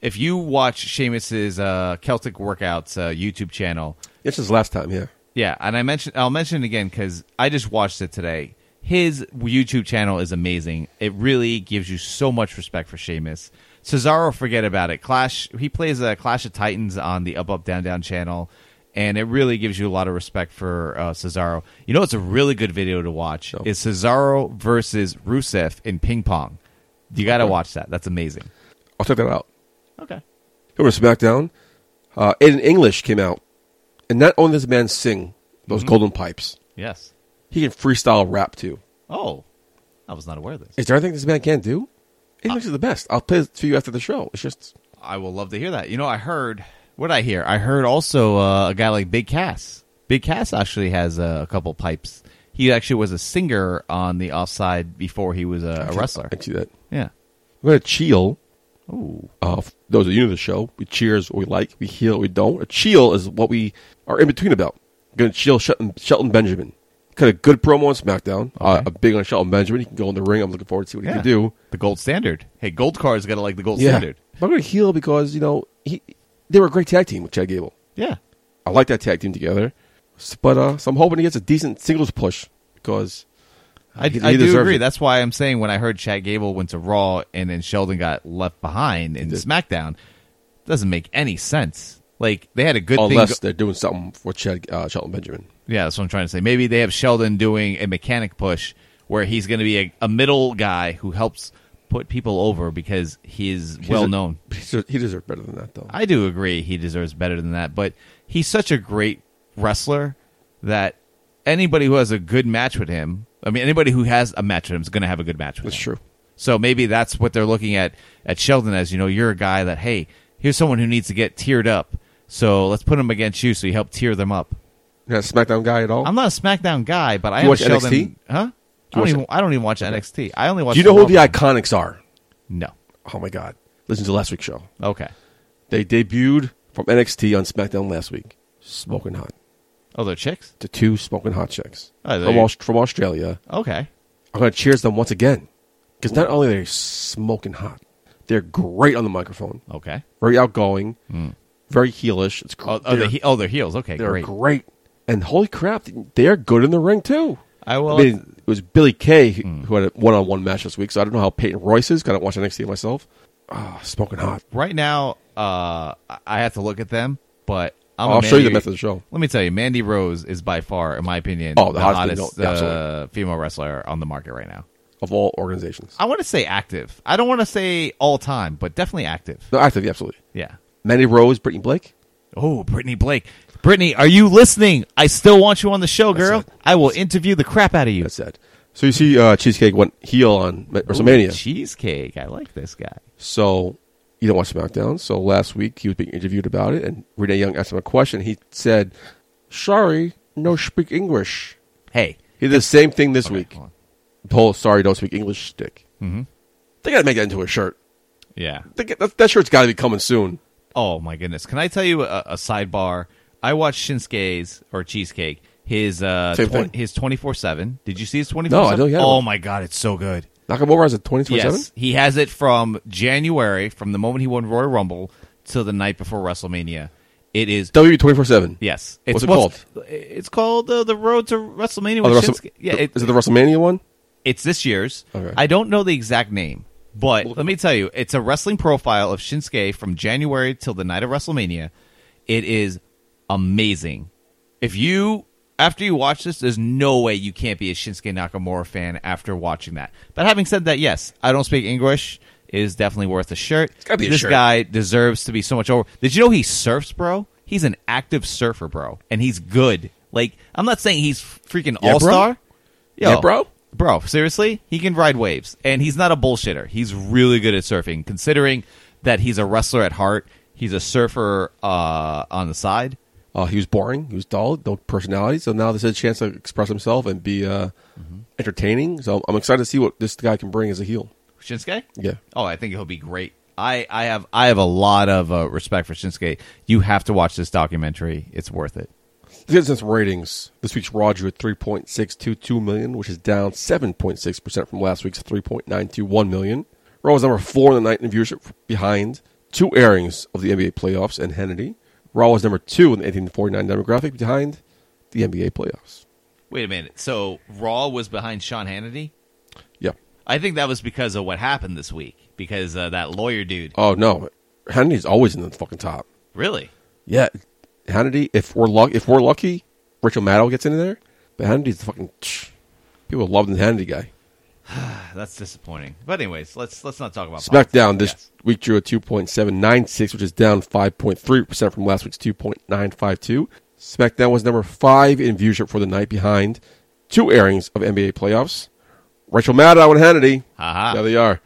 Speaker 3: If you watch Sheamus's uh, Celtic Workouts uh, YouTube channel,
Speaker 2: This is last time, yeah.
Speaker 3: Yeah, and I mentioned I'll mention it again because I just watched it today. His YouTube channel is amazing. It really gives you so much respect for Sheamus. Cesaro, forget about it. Clash, he plays a Clash of Titans on the Up Up Down Down channel, and it really gives you a lot of respect for uh, Cesaro. You know, it's a really good video to watch. Is Cesaro versus Rusev in ping pong? You got to watch that. That's amazing.
Speaker 2: I'll check that out.
Speaker 3: Okay.
Speaker 2: Over to SmackDown, uh, Aiden English came out, and not only does the man sing those
Speaker 3: Mm-hmm.
Speaker 2: golden pipes,
Speaker 3: Yes.
Speaker 2: he can freestyle rap too.
Speaker 3: Oh, I was not aware of this.
Speaker 2: Is there anything this man can't do? English
Speaker 3: Uh,
Speaker 2: is the best. I'll play it for you after the show. It's just
Speaker 3: I will love to hear that. You know, I heard what did I hear. I heard also uh, a guy like Big Cass. Big Cass actually has uh, a couple pipes. He actually was a singer on the offside before he was a, a wrestler.
Speaker 2: I can see that.
Speaker 3: Yeah.
Speaker 2: We're gonna chill.
Speaker 3: Ooh.
Speaker 2: Uh, f- those of you new to the show, we cheers what we like, we heal what we don't. A chill is what we are in between about. gonna chill Shelton, Shelton Benjamin. Cut a good promo on SmackDown. Uh, a big on Shelton Benjamin. He can go in the ring. I'm looking forward to see what
Speaker 3: Yeah.
Speaker 2: he can do.
Speaker 3: The gold standard. Hey, gold car's got to like the gold standard.
Speaker 2: But I'm going to heal because, you know, he, they were a great tag team with Chad Gable.
Speaker 3: Yeah.
Speaker 2: I like that tag team together. S- But uh, so I'm hoping he gets a decent singles push because
Speaker 3: I,
Speaker 2: He-
Speaker 3: I
Speaker 2: he
Speaker 3: do
Speaker 2: deserves
Speaker 3: agree.
Speaker 2: it.
Speaker 3: That's why I'm saying when I heard Chad Gable went to Raw and then Sheldon got left behind in
Speaker 2: did.
Speaker 3: SmackDown, doesn't make any sense. Like they had a good thing. go-
Speaker 2: unless they're doing something for Chad, uh, Shelton Benjamin.
Speaker 3: Yeah, that's what I'm trying to say. Maybe they have Sheldon doing a mechanic push where he's going to be a, a middle guy who helps put people over because he's
Speaker 2: He
Speaker 3: well
Speaker 2: deser-
Speaker 3: known.
Speaker 2: He deserves, he deserves better than that, though.
Speaker 3: I do agree he deserves better than that, but he's such a great wrestler that anybody who has a good match with him, I mean, anybody who has a match with him is going to have a good match with
Speaker 2: That's
Speaker 3: him.
Speaker 2: true.
Speaker 3: So maybe that's what they're looking at at Sheldon as you know, you're a guy that hey, here's someone who needs to get tiered up. So let's put him against you so you help tear them up.
Speaker 2: You're not a SmackDown guy at all?
Speaker 3: I'm not a SmackDown guy, but I
Speaker 2: You
Speaker 3: am
Speaker 2: watch
Speaker 3: Sheldon.
Speaker 2: NXT?
Speaker 3: Huh? I don't,
Speaker 2: watch
Speaker 3: even,
Speaker 2: it?
Speaker 3: I don't even watch NXT. I only watch.
Speaker 2: Do you know who the
Speaker 3: Raw.
Speaker 2: Iconics are?
Speaker 3: No.
Speaker 2: Oh, my God. Listen to last week's show.
Speaker 3: Okay.
Speaker 2: They debuted from NXT on SmackDown last week. Smoking hot.
Speaker 3: Oh, they're chicks.
Speaker 2: The two smoking hot chicks
Speaker 3: Oh, there
Speaker 2: from,
Speaker 3: you-
Speaker 2: Aus- from Australia.
Speaker 3: Okay.
Speaker 2: I'm going to cheers them once again because not only are they smoking hot, they're great on the microphone,
Speaker 3: Okay.
Speaker 2: very outgoing, very heelish. It's cr-
Speaker 3: Mm. Oh, oh, they're,
Speaker 2: they're,
Speaker 3: he- oh they're heels. Okay,
Speaker 2: they're
Speaker 3: great.
Speaker 2: great. and holy crap, they're good in the ring too.
Speaker 3: I will- Mm.
Speaker 2: mean, it was Billy Kay who- who had a one-on-one match this week, so I don't know how Peyton Royce is. 'cause I don't watch NXT myself. Ah, smoking hot.
Speaker 3: Right now, uh, I- I have to look at them, but I'm a
Speaker 2: I'll show you
Speaker 3: Mandy-
Speaker 2: them after the show.
Speaker 3: Let me tell you, Mandy Rose is by far, in my opinion,
Speaker 2: Oh, the
Speaker 3: the
Speaker 2: hottest thing,
Speaker 3: hottest
Speaker 2: no,
Speaker 3: uh,
Speaker 2: absolutely.
Speaker 3: female wrestler on the market right now.
Speaker 2: Of all organizations,
Speaker 3: I want to say active. I don't want to say all time, but definitely active.
Speaker 2: no, active, yeah, absolutely.
Speaker 3: Yeah.
Speaker 2: Mandy Rose, Brittany Blake.
Speaker 3: Oh, Brittany Blake. Brittany, are you listening? I still want you on the show, girl.
Speaker 2: it.
Speaker 3: I will interview the crap out of you.
Speaker 2: That's sad. So you see, uh, Cheesecake went heel on Ma- WrestleMania.
Speaker 3: Ooh, cheesecake. I like this guy.
Speaker 2: So you don't watch SmackDown. So last week he was being interviewed about it, and Renee Young asked him a question. He said, "Sorry, no speak English."
Speaker 3: Hey,
Speaker 2: He did the same thing this
Speaker 3: Okay,
Speaker 2: week.
Speaker 3: hold on.
Speaker 2: The whole "Sorry, don't speak English" stick. Mm-hmm. They got to make that into a shirt.
Speaker 3: yeah.
Speaker 2: They get- that, that shirt's got to be coming soon.
Speaker 3: Oh my goodness. Can I tell you a, a sidebar? I watched Shinsuke's or Cheesecake. His uh,
Speaker 2: Same
Speaker 3: twen-
Speaker 2: thing.
Speaker 3: his twenty four seven. Did you see his twenty four?
Speaker 2: No, I don't yet.
Speaker 3: Oh my god, it's so good.
Speaker 2: Nakamura has a twenty twenty seven.
Speaker 3: Yes, he has it from January, from the moment he won Royal Rumble till the night before WrestleMania. It is
Speaker 2: W twenty four seven.
Speaker 3: yes.
Speaker 2: What's it
Speaker 3: called? It's called uh, the Road to WrestleMania.
Speaker 2: Oh,
Speaker 3: with
Speaker 2: the Wrestle-
Speaker 3: Shinsuke. Yeah,
Speaker 2: the- is it the WrestleMania one?
Speaker 3: It's this year's.
Speaker 2: Okay.
Speaker 3: I don't know the exact name, but let me tell you, it's a wrestling profile of Shinsuke from January till the night of WrestleMania. It is amazing. If you after you watch this, there's no way you can't be a Shinsuke Nakamura fan after watching that. But having said that, yes, I don't speak English. It is definitely worth a shirt. It's
Speaker 2: gotta be a
Speaker 3: this
Speaker 2: shirt.
Speaker 3: guy deserves to be so much over. Did you know he surfs, bro? He's an active surfer, bro, and he's good. Like I'm not saying he's freaking
Speaker 2: Yeah, bro?
Speaker 3: all star.
Speaker 2: Yeah, bro?
Speaker 3: Bro, seriously, he can ride waves, and he's not a bullshitter. He's really good at surfing, considering that he's a wrestler at heart. He's a surfer uh, on the side.
Speaker 2: Uh, he was boring. He was dull. No personality. So now there's a chance to express himself and be uh, entertaining. So I'm excited to see what this guy can bring as a heel.
Speaker 3: Shinsuke?
Speaker 2: Yeah.
Speaker 3: Oh, I think he'll be great. I, I have I have a lot of uh, respect for Shinsuke. You have to watch this documentary. It's worth it.
Speaker 2: Let's get into some ratings. This week's Raw drew at 3.622 million, which is down 7.6% from last week's 3.921 million. Raw was number four in the night in viewership behind two airings of the NBA playoffs and Hannity. Raw was number two in the 1849 demographic behind the NBA playoffs.
Speaker 3: Wait a minute. So Raw was behind Sean Hannity.
Speaker 2: Yeah.
Speaker 3: I think that was because of what happened this week. Because uh, that lawyer dude.
Speaker 2: Oh, no. Hannity's always in the fucking top.
Speaker 3: Really?
Speaker 2: Yeah. Hannity, if we're, luck- if we're lucky, Rachel Maddow gets in there. But Hannity's the fucking. People love the Hannity guy.
Speaker 3: Ah, That's disappointing. But anyways, let's let's not talk about
Speaker 2: SmackDown this
Speaker 3: Yes.
Speaker 2: week drew a 2.796, which is down 5.3% from last week's 2.952. SmackDown was number five in viewership for the night behind two airings of NBA playoffs. Rachel Maddow and Hannity.
Speaker 3: Ha-ha.
Speaker 2: There they are.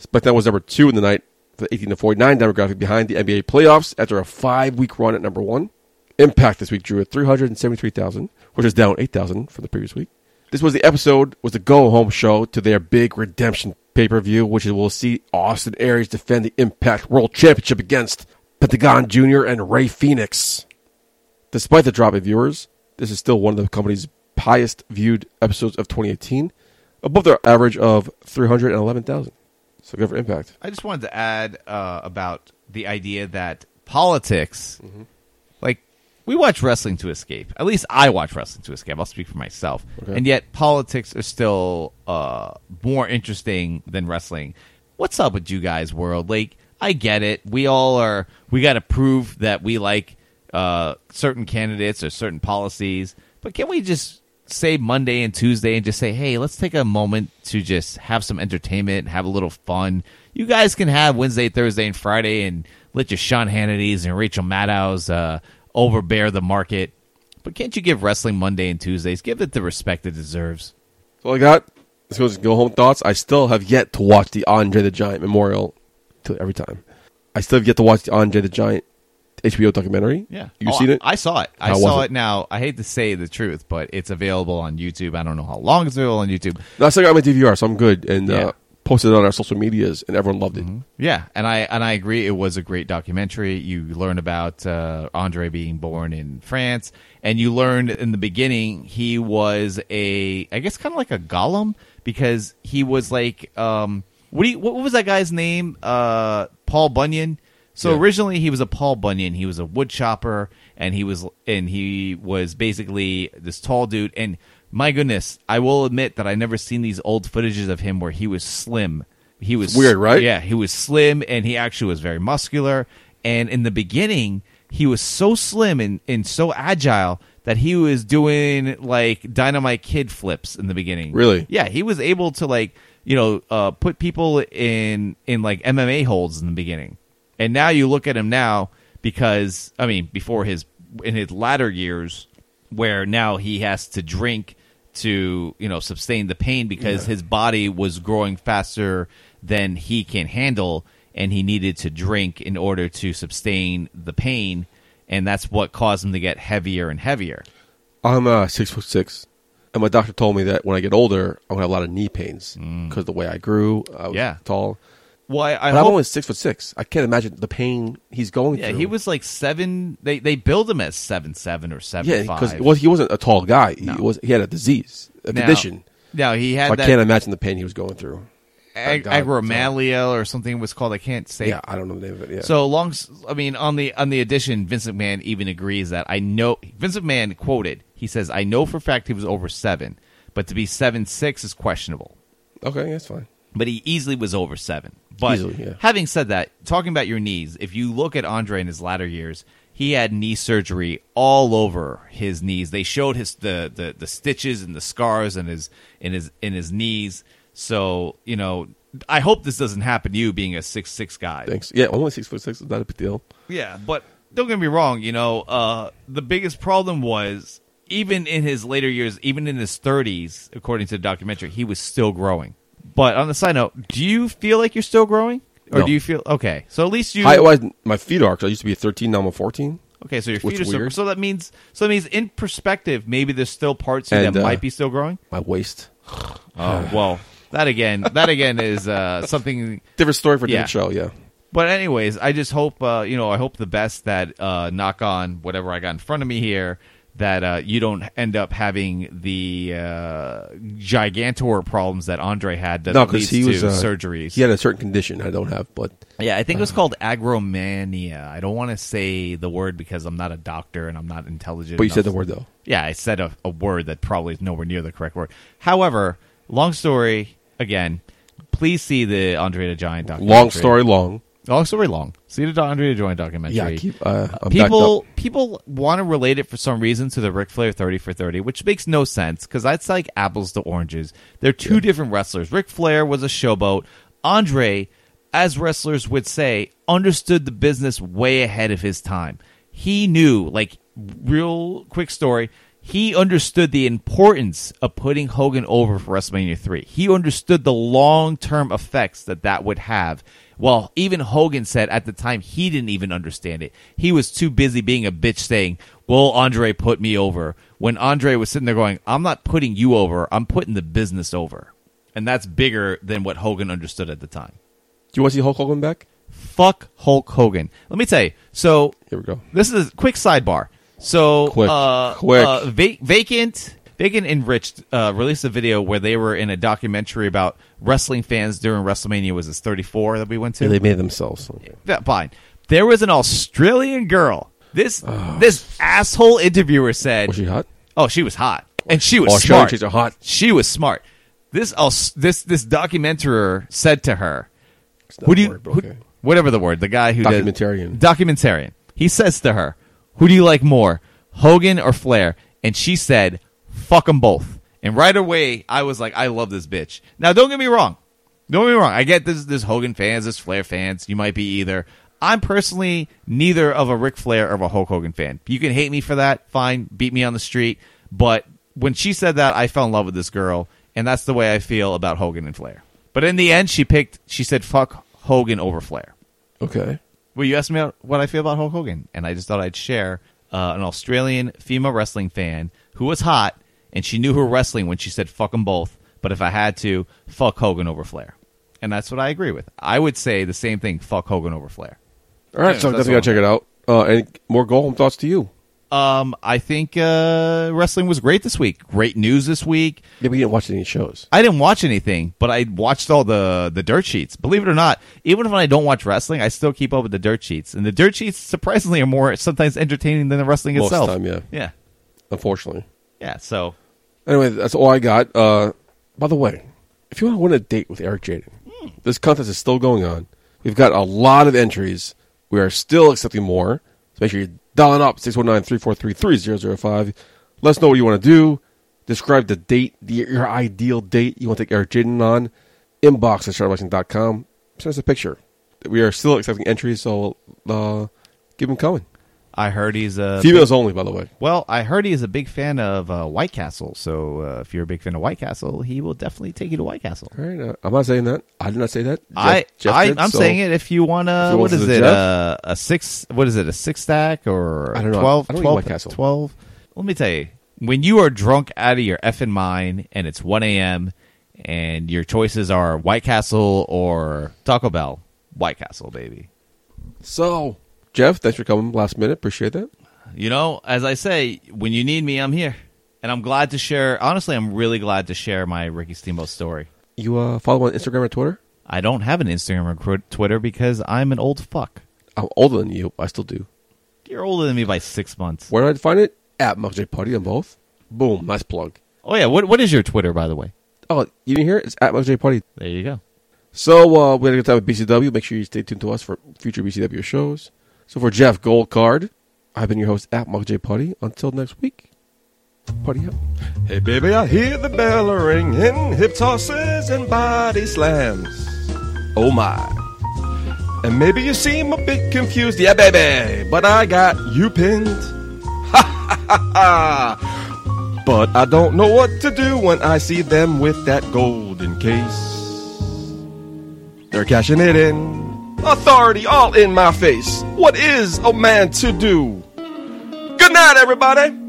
Speaker 2: SmackDown was number two in the night for the 18 to 49 demographic behind the NBA playoffs after a five week run at number one. Impact this week drew at 373,000, which is down 8,000 from the previous week. This was the episode, was the go home show to their big redemption pay per view, which is we'll see Austin Aries defend the Impact World Championship against Pentagon Jr. and Ray Phoenix. Despite the drop in viewers, this is still one of the company's highest viewed episodes of 2018, above their average of 311,000. So good for Impact.
Speaker 3: I just wanted to add uh, about the idea that politics, like we watch wrestling to escape. At least I watch wrestling to escape. I'll speak for myself.
Speaker 2: Okay.
Speaker 3: And yet, politics are still uh, more interesting than wrestling. What's up with you guys, world? Like, I get it. We all are. We got to prove that we like uh, certain candidates or certain policies. But can we just say Monday and Tuesday and just say, hey, let's take a moment to just have some entertainment, have a little fun. You guys can have Wednesday, Thursday, and Friday and let your Sean Hannity's and Rachel Maddow's uh, overbear the market. But can't you give wrestling Monday and Tuesdays? Give it the respect it deserves.
Speaker 2: So I got. This goes to go home thoughts. I still have yet to watch the Andre the Giant memorial to every time. I still have yet to watch the Andre the Giant HBO documentary. You
Speaker 3: Oh,
Speaker 2: seen it?
Speaker 3: I saw it. I
Speaker 2: How was
Speaker 3: saw
Speaker 2: it?
Speaker 3: it? now. I hate to say the truth, but it's available on YouTube. I don't know how long it's available on YouTube.
Speaker 2: No, I still got my DVR, so I'm good. And
Speaker 3: Yeah. Mm-hmm.
Speaker 2: uh, posted it on our social medias, and everyone loved it.
Speaker 3: Yeah, and I and I agree. It was a great documentary. You learn about uh, Andre being born in France, and you learned in the beginning he was a, I guess, kind of like a golem because he was like, um, what do you, what was that guy's name? Uh, Paul Bunyan. So
Speaker 2: Yeah.
Speaker 3: originally he was a Paul Bunyan. He was a wood chopper, and he was and he was basically this tall dude. And my goodness, I will admit that I never seen these old footages of him where he was slim. He was
Speaker 2: Weird, right?
Speaker 3: Yeah, he was slim and he actually was very muscular. And in the beginning, he was so slim and, and so agile that he was doing like dynamite kid flips in the beginning.
Speaker 2: Really?
Speaker 3: Yeah, he was able to like, you know, uh, put people in in like MMA holds in the beginning. And now you look at him now because I mean, before his in his latter years where now he has to drink to you know sustain the pain because his body was growing faster than he can handle and he needed to drink in order to sustain the pain and that's what caused him to get heavier and heavier
Speaker 2: I'm uh, six foot six, and my doctor told me that when I get older, I'm gonna have a lot of knee pains because the way I grew, I was
Speaker 3: Mm. Yeah.
Speaker 2: tall.
Speaker 3: well i, I
Speaker 2: But I'm
Speaker 3: hope-
Speaker 2: only six foot six. I can't imagine the pain he's going
Speaker 3: yeah
Speaker 2: through.
Speaker 3: he was like seven they they billed him as seven seven or seven
Speaker 2: yeah
Speaker 3: five
Speaker 2: because well, he wasn't a tall guy. He was he had a disease, a
Speaker 3: Now-
Speaker 2: condition.
Speaker 3: now he had
Speaker 2: I
Speaker 3: that
Speaker 2: can't imagine the pain he was going through.
Speaker 3: ag-
Speaker 2: God, sorry.
Speaker 3: agromalia or something it was called i can't say
Speaker 2: Yeah, I don't know the name of it. Yeah.
Speaker 3: So long, s- I mean, on the on the addition, Vince McMahon even agrees that I know Vince McMahon quoted. He says, "I know for a fact he was over seven, but to be seven six is questionable."
Speaker 2: okay, that's fine.
Speaker 3: But he easily was over seven. But
Speaker 2: Easily, yeah.
Speaker 3: having said that, talking about your knees, if you look at Andre in his latter years, He had knee surgery all over his knees. They showed his the, the, the stitches and the scars in his in his in his knees. So you know, I hope this doesn't happen to you being a six six guy.
Speaker 2: Thanks. Yeah, only six foot six is not a big deal.
Speaker 3: Yeah, but don't get me wrong. You know, uh, the biggest problem was even in his later years, even in his 30s, according to the documentary, he was still growing. But on the side note, do you feel like you're still growing, or
Speaker 2: No.
Speaker 3: do you feel okay? So at least you
Speaker 2: Height wise, my feet are. 'cause I used to be a thirteen, now I'm a fourteen.
Speaker 3: okay. So your
Speaker 2: Which
Speaker 3: feet are still,
Speaker 2: weird.
Speaker 3: so that means so that means in perspective, maybe there's still parts of you
Speaker 2: And,
Speaker 3: that
Speaker 2: uh,
Speaker 3: might be still
Speaker 2: (sighs)
Speaker 3: growing.
Speaker 2: My waist.
Speaker 3: Oh well, that again, that again is uh, something
Speaker 2: Different story for a
Speaker 3: Yeah.
Speaker 2: different show. Yeah.
Speaker 3: But anyways, I just hope uh, you know I hope the best that uh, knock on whatever I got in front of me here that uh, you don't end up having the uh, gigantor problems that Andre had that
Speaker 2: No,
Speaker 3: leads
Speaker 2: because he
Speaker 3: to
Speaker 2: was uh,
Speaker 3: surgeries. Uh-huh.
Speaker 2: He had a certain condition I don't have, but
Speaker 3: yeah, I think it was called agromania. I don't want to say the word because I'm not a doctor and I'm not intelligent.
Speaker 2: but you said
Speaker 3: enough.
Speaker 2: the word though.
Speaker 3: Yeah, I said a, a word that probably is nowhere near the correct word. However, long story again. Please see the Andre the Giant documentary.
Speaker 2: Long story long.
Speaker 3: Long story Oh, long. See the Do- Andrea Joint documentary.
Speaker 2: Yeah, I keep. Uh, I'm backed
Speaker 3: people people want to relate it for some reason to the Ric Flair thirty for thirty, which makes no sense because that's like apples to oranges. They're two different wrestlers. Ric Flair was a showboat. Andre, as wrestlers would say, understood the business way ahead of his time. He knew, like, real quick story. He understood the importance of putting Hogan over for WrestleMania 3. He understood the long term effects that that would have. Well, even Hogan said at the time he didn't even understand it. He was too busy being a bitch saying, Well, Andre put me over. When Andre was sitting there going, I'm not putting you over, I'm putting the business over. And that's bigger than what Hogan understood at the time.
Speaker 2: up. Do you want to see Hulk Hogan back?
Speaker 3: Fuck Hulk Hogan. Let me tell you. So
Speaker 2: Here we go.
Speaker 3: this is a quick sidebar. So
Speaker 2: Quick,
Speaker 3: uh,
Speaker 2: quick.
Speaker 3: uh, va- vacant, vacant enriched uh, released a video where they were in a documentary about wrestling fans during WrestleMania. Was this thirty four that we went to?
Speaker 2: Yeah, they made it themselves.
Speaker 3: Yeah, fine. There was an Australian girl. This this asshole interviewer said,
Speaker 2: Was she hot?
Speaker 3: "Oh, she was hot, and she was
Speaker 2: Australian
Speaker 3: smart.
Speaker 2: chicks are hot.
Speaker 3: She was smart." This Aus- this this documentator said to her,
Speaker 2: not
Speaker 3: "Who do you?
Speaker 2: a word, but
Speaker 3: who-
Speaker 2: okay.
Speaker 3: whatever the word, the guy who does-
Speaker 2: Documentarian.
Speaker 3: documentarian." He says to her, "Who do you like more, Hogan or Flair?" And she said, "Fuck them both." And right away, I was like, "I love this bitch." Now, don't get me wrong. Don't get me wrong. I get this. This Hogan fans, this Flair fans. You might be either. I'm personally neither of a Ric Flair or of a Hulk Hogan fan. You can hate me for that. Fine, beat me on the street. But when she said that, I fell in love with this girl, and that's the way I feel about Hogan and Flair. But in the end, she picked. She said, "Fuck Hogan over Flair."
Speaker 2: Okay.
Speaker 3: Well, you asked me what I feel about Hulk Hogan, and I just thought I'd share uh, an Australian female wrestling fan who was hot, and she knew her wrestling when she said "fuck them both." But if I had to, fuck Hogan over Flair, and that's what I agree with. I would say the same thing: fuck Hogan over Flair.
Speaker 2: All right.
Speaker 3: Yeah,
Speaker 2: so
Speaker 3: that's
Speaker 2: definitely gotta check it out. Uh, and more go home thoughts to you.
Speaker 3: Um, I think uh, wrestling was great this week. Great news this week.
Speaker 2: Yeah, we didn't watch any shows.
Speaker 3: I didn't watch anything, but I watched all the the dirt sheets. Believe it or not, even if I don't watch wrestling, I still keep up with the dirt sheets, and the dirt sheets surprisingly are more sometimes entertaining than the wrestling
Speaker 2: Most
Speaker 3: itself.
Speaker 2: time, yeah.
Speaker 3: yeah,
Speaker 2: Unfortunately.
Speaker 3: yeah. So
Speaker 2: Anyway, that's all I got. Uh, by the way, if you want to win a date with Eric Jaden, this contest is still going on. We've got a lot of entries. We are still accepting more. So make sure you dial it up 619-343-3005. Let us know what you want to do. Describe the date, the, your ideal date you want to take Eric Jaden on. Inbox at charlotteblessing.com. Send us a picture. We are still accepting entries, so uh, keep them coming.
Speaker 3: I heard he's a
Speaker 2: Females only, by the way.
Speaker 3: well. I heard he's a big fan of uh, White Castle. So uh, if you're a big fan of White Castle, he will definitely take you to White Castle.
Speaker 2: All right, uh, I'm not saying that. I did not say that. Jeff-
Speaker 3: I,
Speaker 2: Jeff
Speaker 3: I
Speaker 2: did,
Speaker 3: I'm
Speaker 2: so-
Speaker 3: saying it if you want
Speaker 2: If
Speaker 3: to.
Speaker 2: you
Speaker 3: What
Speaker 2: want
Speaker 3: is
Speaker 2: to
Speaker 3: it?
Speaker 2: Jeff?
Speaker 3: Uh, a six? What is it? A six stack or
Speaker 2: I don't know.
Speaker 3: twelve?
Speaker 2: I don't eat
Speaker 3: twelve?
Speaker 2: White Castle.
Speaker 3: Twelve. Let me tell you, when you are drunk out of your effing mind and it's one a.m. and your choices are White Castle or Taco Bell, White Castle, baby.
Speaker 2: So, Jeff, thanks for coming last minute. Appreciate that.
Speaker 3: You know, as I say, when you need me, I'm here. And I'm glad to share, honestly, I'm really glad to share my Ricky Steamboat story.
Speaker 2: You uh, follow on Instagram or Twitter?
Speaker 3: I don't have an Instagram or Cru- Twitter because I'm an old fuck.
Speaker 2: I'm older than you. I still do.
Speaker 3: You're older than me by six months.
Speaker 2: Where do I find it? At Mark J Putty on both. Boom. Nice plug.
Speaker 3: Oh, yeah. What, what is your Twitter, by the way?
Speaker 2: Oh, you didn't hear it? It's at Mark J Putty.
Speaker 3: There you go.
Speaker 2: So, uh, we had a good time with BCW. Make sure you stay tuned to us for future BCW shows. So, for Jeff Gold Card,
Speaker 5: I've been your host at Michael J. Putty. Until next week, putty out.
Speaker 2: Hey, baby, I hear the bell ringing, hip tosses and body slams. Oh my. And maybe you seem a bit confused, yeah, baby, but I got you pinned. (laughs) Ha ha ha ha! But I don't know what to do when I see them with that golden case. They're cashing it in. Authority all in my face. What is a man to do? Good night, everybody!